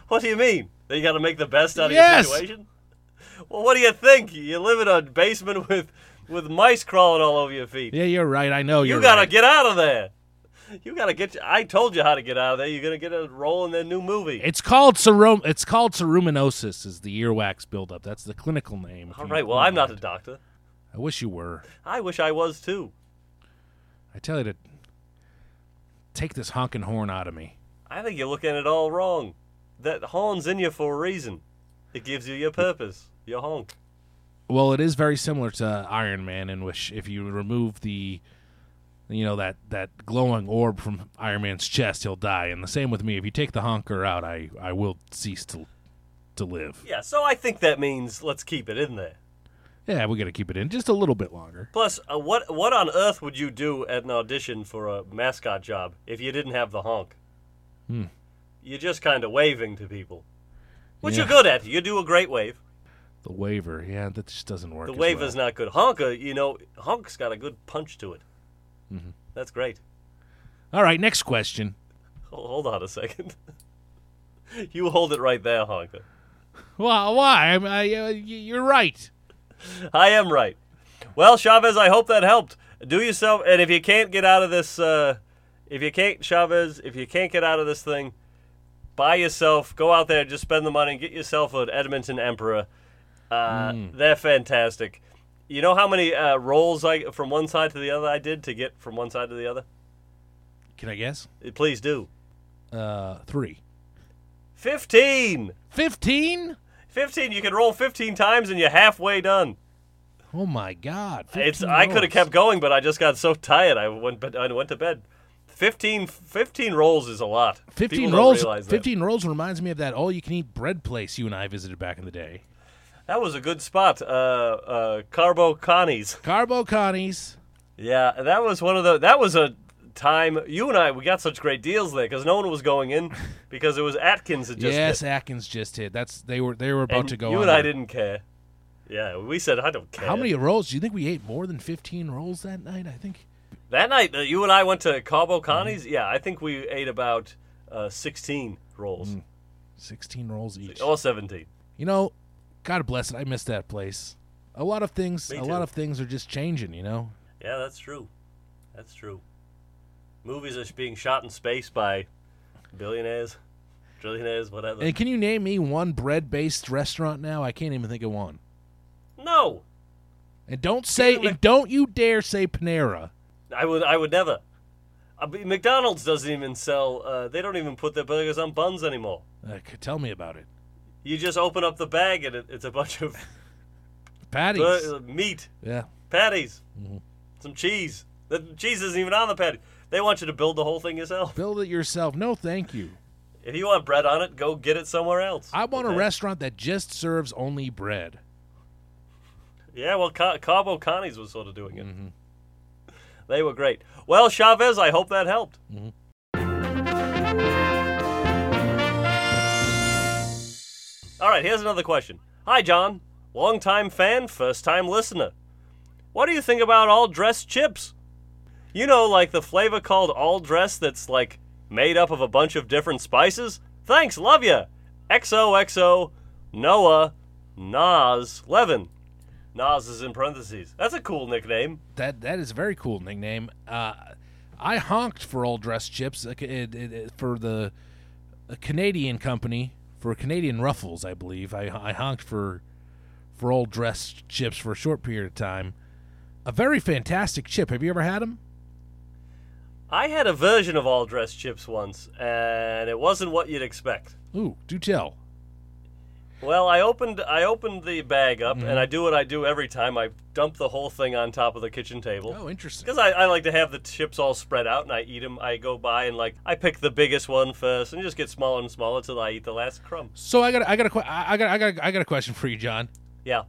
S2: What do you mean? That you got to make the best out of
S3: Yes.
S2: your situation? Well, what do you think? You live in a basement with with mice crawling all over your feet.
S3: Yeah, you're right. I know
S2: you
S3: you're.
S2: gotta
S3: right.
S2: get out of there. You gotta get. your- I told you how to get out of there. You're gonna get a role in their new movie.
S3: It's called serum. It's called ceruminosis. Is the earwax buildup? That's the clinical name. if
S2: all
S3: you
S2: right. Well,
S3: Google
S2: I'm not
S3: it.
S2: a doctor.
S3: I wish you were.
S2: I wish I was too.
S3: I tell you to take this honking horn out of me.
S2: I think you're looking at it all wrong. That horn's in you for a reason. It gives you your purpose. Your honk.
S3: Well, it is very similar to Iron Man, in which if you remove the, you know that that glowing orb from Iron Man's chest, he'll die. And the same with me. If you take the honker out, I I will cease to to live.
S2: Yeah. So I think that means let's keep it in there.
S3: Yeah, we got to keep it in just a little bit longer.
S2: Plus, uh, what what on earth would you do at an audition for a mascot job if you didn't have the honk?
S3: Hmm.
S2: You're just kind of waving to people, which
S3: Yeah.
S2: you're good at. You do a great wave.
S3: The waiver, yeah, that just doesn't work.
S2: The
S3: as
S2: wave
S3: well.
S2: is not good. Honka, you know, honk's got a good punch to it.
S3: Mm-hmm.
S2: That's great.
S3: All right, next question.
S2: Ho- Hold on a second. you hold it right there, Honka.
S3: Well, why? I, I, uh, y- you're right.
S2: I am right. Well, Chavez, I hope that helped. Do yourself, and if you can't get out of this, uh, if you can't, Chavez, if you can't get out of this thing, buy yourself, go out there, just spend the money, get yourself an Edmonton Emperor. Uh, They're fantastic. You know how many uh, rolls I from one side to the other I did to get from one side to the other?
S3: Can I guess?
S2: Please do.
S3: Uh, three.
S2: 15!
S3: Fifteen?
S2: 15, you can roll 15 times and you're halfway done.
S3: Oh my God!
S2: It's
S3: 15
S2: I could have
S3: rolls.
S2: kept going, but I just got so tired. I went bed, I went to bed. 15, 15 rolls is a lot.
S3: fifteen
S2: People don't
S3: rolls.
S2: realize that.
S3: Fifteen rolls reminds me of that all-you-can-eat bread place you and I visited back in the day.
S2: That was a good spot. Uh, uh, Carbo Connie's.
S3: Carbo Connie's.
S2: Yeah, that was one of the. That was a time you and I we got such great deals there because no one was going in because it was Atkins that just.
S3: yes,
S2: hit,
S3: Atkins just hit. That's they were they were about
S2: and
S3: to go.
S2: You
S3: on
S2: and I
S3: there.
S2: didn't care. Yeah, we said I don't care.
S3: How many rolls? Do you think we ate more than fifteen rolls that night? I think.
S2: That night that you and I went to
S3: Mm-hmm.
S2: Carbo Connie's, yeah, I think we ate about uh, 16 rolls
S3: 16 rolls Mm, each.
S2: or 17.
S3: You know, God bless it. I miss that place. A lot of things,
S2: Me
S3: a
S2: too.
S3: lot of things are just changing, you know.
S2: Yeah, that's true. That's true. Movies are being shot in space by billionaires, trillionaires, whatever.
S3: And can you name me one bread-based restaurant now? I can't even think of one.
S2: no,
S3: And don't say,
S2: Give me-
S3: and don't you dare say Panera.
S2: I would, I would never. I mean, McDonald's doesn't even sell. Uh, they don't even put their burgers on buns anymore.
S3: Uh, c- tell me about it.
S2: You just open up the bag and it, it's a bunch of
S3: Patties.
S2: bur- uh, meat
S3: yeah.
S2: patties,
S3: Mm-hmm.
S2: some cheese. The cheese isn't even on the patty. They want you to build the whole thing yourself.
S3: Build it yourself. No, thank you.
S2: If you want bread on it, go get it somewhere else.
S3: I want
S2: Okay.
S3: a restaurant that just serves only bread.
S2: Yeah, well, Ca- Cabo Connie's was sort of doing it. They were great. Well, Chavez, I hope that helped. All right, here's another question. Hi, John. Longtime fan, first time listener. What do you think about all dressed chips? You know, like the flavor called all dress that's like made up of a bunch of different spices? Thanks, love ya. XOXO, Noah, Nas, Levin. Nas is in parentheses. That's a cool nickname.
S3: That that is a very cool nickname. Uh, I honked for old dress chips uh, ca- it- it- it- for the a Canadian company for Canadian Ruffles, I believe. I, I honked for for old dress chips for a short period of time. A very fantastic chip. Have you ever had them?
S2: I had a version of all dressed chips once, and it wasn't what you'd expect.
S3: Ooh, do tell.
S2: Well, I opened I opened the bag up, and I do what I do every time. I dump the whole thing on top of the kitchen table
S3: Oh, interesting.
S2: because I, I like to have the chips all spread out, and I eat them. I go by and like I pick the biggest one first, and just get smaller and smaller till I eat the last crumb.
S3: So I got I got a que- I I got I got I got a question for you, John.
S2: Yeah,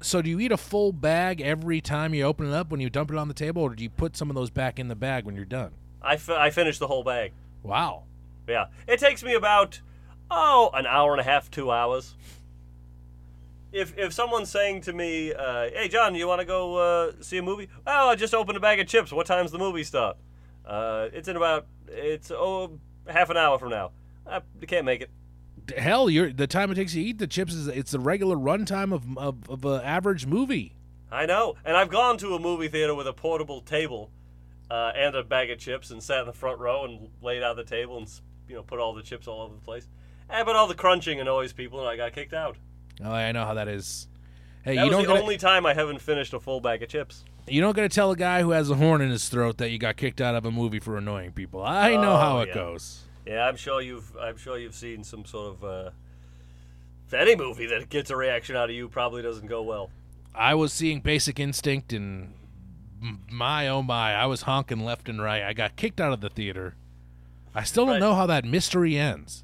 S3: So do you eat a full bag every time you open it up when you dump it on the table, or do you put some of those back in the bag when you're done?
S2: I fi- I finished the whole bag.
S3: Wow.
S2: Yeah, it takes me about oh an hour and a half, two hours. If if someone's saying to me, uh, "Hey John, you want to go uh, see a movie?" Oh, I just opened a bag of chips. What time's the movie start? Uh, it's in about it's oh half an hour from now. I can't make it.
S3: D- Hell, you're, the time it takes to eat the chips is it's the regular runtime of of, of an average movie.
S2: I know, and I've gone to a movie theater with a portable table uh, and a bag of chips, and sat in the front row and laid out the table and s- you know put all the chips all over the place. Eh, but all the crunching annoys people, and I got kicked out.
S3: Oh, I know how that is. Hey,
S2: That
S3: you
S2: was
S3: don't
S2: the
S3: gotta,
S2: only time I haven't finished a full bag of chips.
S3: you don't gotta tell a guy who has a horn in his throat that you got kicked out of a movie for annoying people. I know
S2: Oh,
S3: how it
S2: yeah.
S3: goes.
S2: Yeah, I'm sure you've I'm sure you've seen some sort of uh, any movie that gets a reaction out of you probably doesn't go well.
S3: I was seeing Basic Instinct, and m- my oh my, I was honking left and right. I got kicked out of the theater. I still don't
S2: Right.
S3: know how that mystery ends.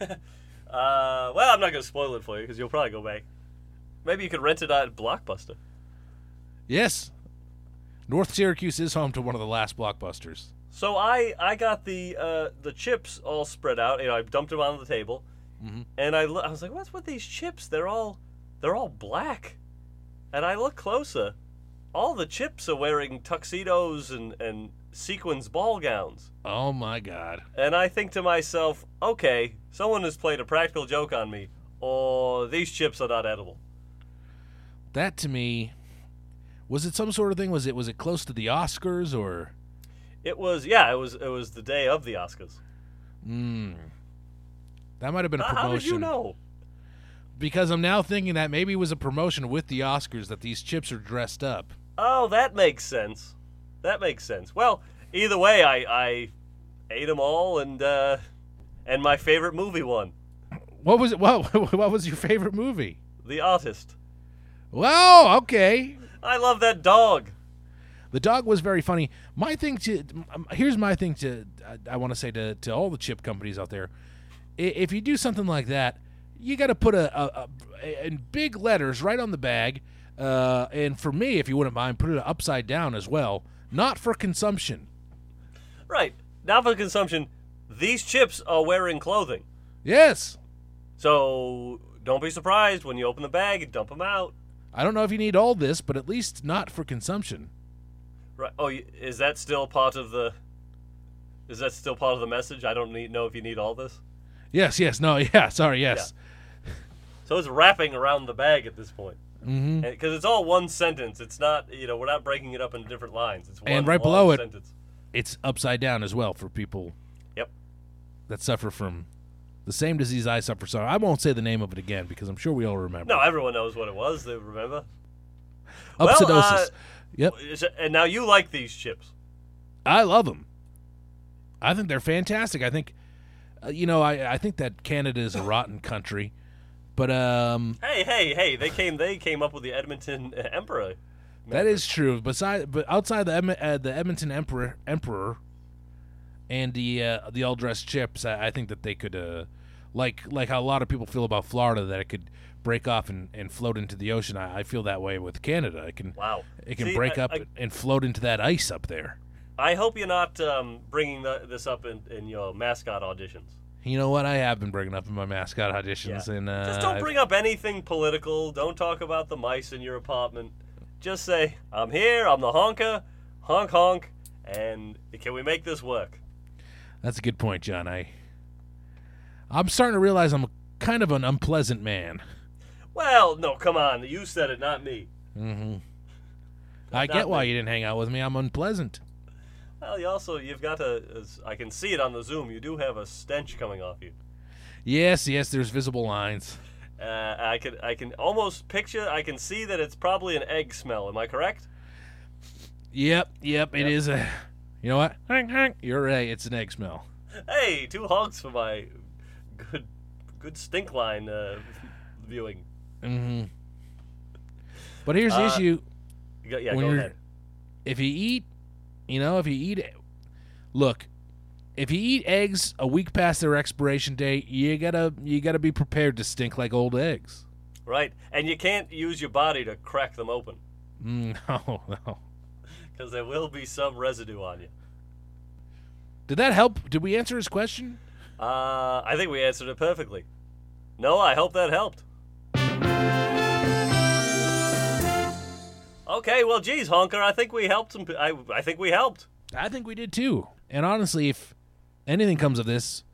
S2: Uh, well, I'm not gonna spoil it for you because you'll probably go back. Maybe you could rent it out at Blockbuster.
S3: Yes, North Syracuse is home to one of the last blockbusters.
S2: So I I got the uh, the chips all spread out. You know, I dumped them on the table,
S3: Mm-hmm.
S2: and I lo- I was like, "What's with these chips? They're all they're all black." And I look closer. All the chips are wearing tuxedos and and sequins ball gowns.
S3: Oh my God!
S2: And I think to myself, okay, someone has played a practical joke on me, or these chips are not edible.
S3: That to me was it some sort of thing? Was it was it close to the Oscars or?
S2: It was yeah, it was it was the day of the Oscars.
S3: Mm, that might have been a
S2: How-
S3: promotion.
S2: How did you know?
S3: Because I'm now thinking that maybe it was a promotion with the Oscars that these chips are dressed up.
S2: Oh, that makes sense. That makes sense. Well, either way, I I ate them all, and uh, and my favorite movie won,
S3: What was it? What what was your favorite movie?
S2: The Artist.
S3: Well, okay.
S2: I love that dog.
S3: The dog was very funny. My thing to um, here's my thing to I, I want to say to to all the chip companies out there, I- if you do something like that, you got to put a, a, a in big letters right on the bag. Uh, and for me, if you wouldn't mind, put it upside down as well. Not for consumption.
S2: Right now for consumption, these chips are wearing clothing,
S3: Yes.
S2: so don't be surprised when you open the bag and dump them out.
S3: I don't know if you need all this, but at least not for consumption.
S2: Right. Oh, y- is that still part of the? Is that still part of the message? I don't need know if you need all this.
S3: Yes, yes, no, yeah, sorry, yes.
S2: So it's wrapping around the bag at this point.
S3: Mm-hmm.
S2: because it's all one sentence. It's not you know we're not breaking it up into different lines. It's one
S3: And right
S2: long
S3: below it-
S2: sentence.
S3: It's upside down as well for people
S2: Yep.
S3: that suffer from the same disease I suffer. So I won't say the name of it again because I'm sure we all remember.
S2: No, everyone knows what it was. They remember. well,
S3: Upsidosis.
S2: uh,
S3: yep.
S2: Is it- And now you like these chips.
S3: I love them. I think they're fantastic. I think, uh, you know, I, I think that Canada is a rotten country, but um,
S2: Hey, hey, hey! They came. They came up with the Edmonton uh, Emperor.
S3: that is true. Beside, but outside the Edmon- uh, the Edmonton Emperor Emperor, and the uh, the all dressed chips, I, I think that they could, uh, like like how a lot of people feel about Florida, that it could break off and, and float into the ocean. I, I feel that way with Canada. It can
S2: Wow.
S3: it can
S2: See,
S3: break
S2: I-
S3: up
S2: I-
S3: and float into that ice up there.
S2: I hope you're not um, bringing the, this up in, in your mascot auditions.
S3: You know what? I have been bringing up in my mascot auditions, and uh,
S2: Just don't
S3: I've-
S2: bring up anything political. Don't talk about the mice in your apartment. Just say, I'm here, I'm the honker, honk honk, and can we make this work?
S3: That's a good point, John. I I'm starting to realize I'm a, kind of an unpleasant man.
S2: Well, no, come on. You said it, not me.
S3: Mm-hmm. I
S2: not
S3: get why you didn't hang out with me. I'm unpleasant.
S2: Well, you also, you've got a, as- I can see it on the Zoom, you do have a stench coming off you.
S3: Yes, yes, there's visible lines.
S2: Uh, I can, I can almost picture, I can see that it's probably an egg smell. Am I correct?
S3: Yep, yep, it is a You know what? Honk, honk. You're right. It's an egg smell.
S2: Hey, two honks for my good, good stink line uh, viewing.
S3: Mhm. But here's the
S2: Uh,
S3: issue.
S2: You got- Yeah,
S3: When
S2: go
S3: you're-
S2: ahead.
S3: If you eat, you know, if you eat Look, if you eat eggs a week past their expiration date, you got to you got to be prepared to stink like old eggs.
S2: Right, and you can't use your body to crack them open
S3: Mm, no, no.
S2: because there will be some residue on you.
S3: Did that help? Did we answer his question?
S2: Uh, I think we answered it perfectly. No, I hope that helped. Okay, well, geez, honker, I think we helped some. p- I, I think we helped.
S3: I think we did too. And honestly, if anything comes of this,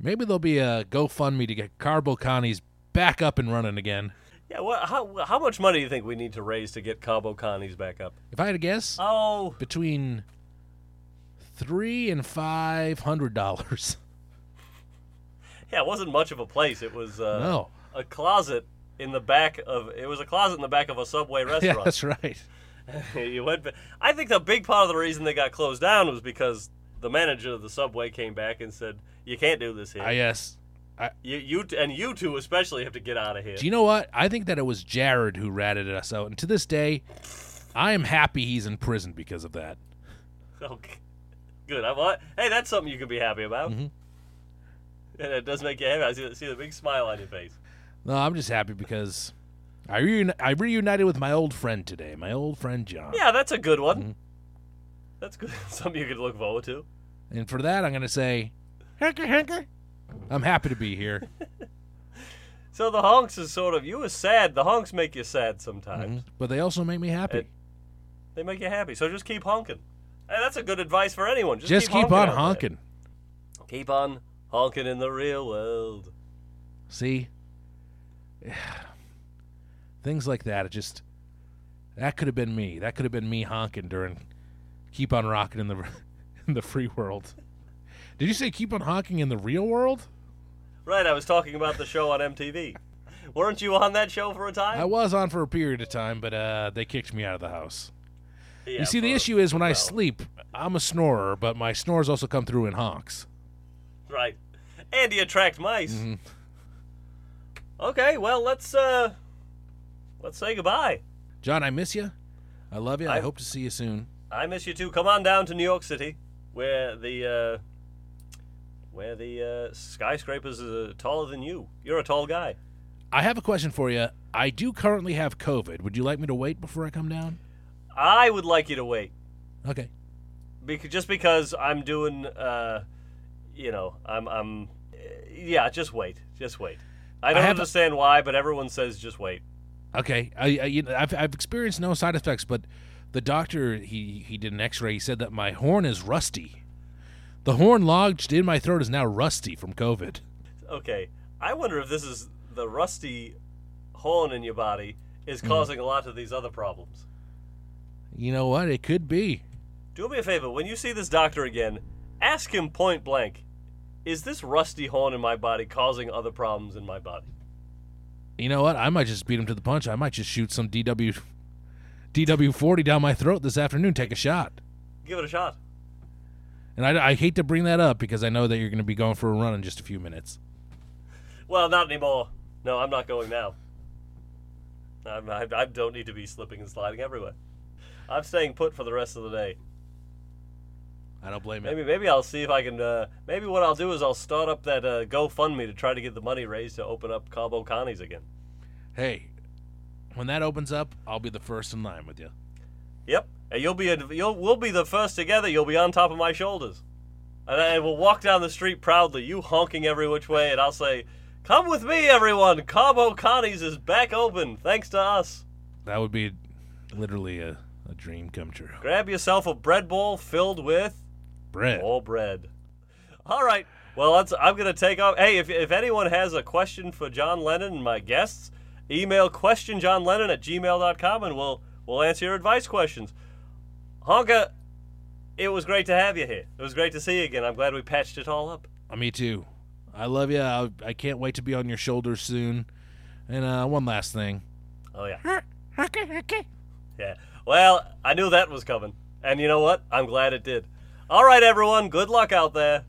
S3: maybe there'll be a GoFundMe to get Carbo Connie's back up and running again.
S2: Yeah, well, how how much money do you think we need to raise to get Cabo Connie's back up?
S3: If I had to guess,
S2: Oh,
S3: between three and five hundred dollars.
S2: yeah, it wasn't much of a place. It was uh,
S3: No.
S2: a closet in the back of. It was a closet in the back of a subway
S3: Yeah,
S2: restaurant.
S3: that's right.
S2: you went. ba- I think the big part of the reason they got closed down was because the manager of the subway came back and said, "You can't do this here.
S3: I guess.
S2: you, you t- and you two especially have to get out of here."
S3: Do you know what? I think that it was Jared who ratted us out, and to this day, I am happy he's in prison because of that.
S2: okay. Good. I want. Hey, that's something you can be happy about.
S3: Mm-hmm.
S2: And it does make you happy. I see, see the big smile on your face.
S3: No, I'm just happy because I reuni- I reunited with my old friend today, my old friend John.
S2: Yeah, that's a good
S3: Mm-hmm.
S2: one. That's good. something you can look forward to.
S3: And for that, I'm going to say, hanker, hanker. I'm happy to be here.
S2: So the honks is sort of you were sad. The honks make you sad sometimes.
S3: but they also make me happy.
S2: It- They make you happy. So just keep honking. Hey, that's a good advice for anyone. Just,
S3: Just keep, on
S2: out there.
S3: honking.
S2: Keep on honking in the real world.
S3: See? Things like that. It just, that could have been me. That could have been me honking during Keep on Rocking in the, in the free world. Did you say keep on honking in the real world?
S2: Right, I was talking about the show on MTV. Weren't you on that show for a time?
S3: I was on for a period of time, but uh, they kicked me out of the house.
S2: Yeah,
S3: You see, the
S2: for-
S3: issue is when I
S2: well,
S3: sleep, I'm a snorer, but my snores also come through in honks.
S2: Right, and you attract mice.
S3: Mm-hmm.
S2: Okay, well let's uh, let's say goodbye.
S3: John, I miss you. I love you. I,
S2: I-
S3: hope to see you soon.
S2: I miss you too. Come on down to New York City, where the uh, where the uh, skyscrapers are taller than you. You're a tall guy.
S3: I have a question for you. I do currently have COVID. Would you like me to wait before I come down?
S2: I would like you to wait.
S3: Okay.
S2: because just because I'm doing, uh, you know, I'm, I'm, yeah, just wait, just wait. I don't
S3: have a-
S2: understand why, but everyone says just wait.
S3: Okay. I, I you know, I've I've experienced no side effects, but the doctor he he did an X-ray. He said that my horn is rusty. The horn lodged in my throat is now rusty from COVID.
S2: Okay, I wonder if this is the rusty horn in your body is causing a lot of these other problems.
S3: You know what? It could be.
S2: Do me a favor, when you see this doctor again, ask him point blank, is this rusty horn in my body causing other problems in my body?
S3: You know what? I might just beat him to the punch. I might just shoot some DW DW forty down my throat this afternoon. Take a shot.
S2: Give it a shot.
S3: And I, I hate to bring that up because I know that you're going to be going for a run in just a few minutes.
S2: Well, not anymore. No, I'm not going now. I'm, I, I don't need to be slipping and sliding everywhere. I'm staying put for the rest of the day.
S3: I don't blame you.
S2: Maybe maybe I'll see if I can. Uh, maybe what I'll do is I'll start up that uh, GoFundMe to try to get the money raised to open up Cabo Connie's again.
S3: Hey, when that opens up, I'll be the first in line with you.
S2: Yep, and you'll be a, you'll we'll be the first together. You'll be on top of my shoulders, and I will walk down the street proudly. You honking every which way, and I'll say, "Come with me, everyone! Cabo Connie's is back open, thanks to us."
S3: That would be literally a, a dream come true.
S2: Grab yourself a bread bowl filled with
S3: Bread.
S2: All bread. All right. Well, that's, I'm going to take off. Hey, if, if anyone has a question for John Lennon and my guests, email questionjohnlennon at gmail.com and we'll, we'll answer your advice questions. Honka, it was great to have you here. It was great to see you again. I'm glad we patched it all up.
S3: Uh, Me too. I love you. I, I can't wait to be on your shoulders soon. And uh, one last thing.
S2: Oh, yeah.
S3: Okay, okay.
S2: Yeah. Well, I knew that was coming. And you know what? I'm glad it did. All right, everyone. Good luck out there.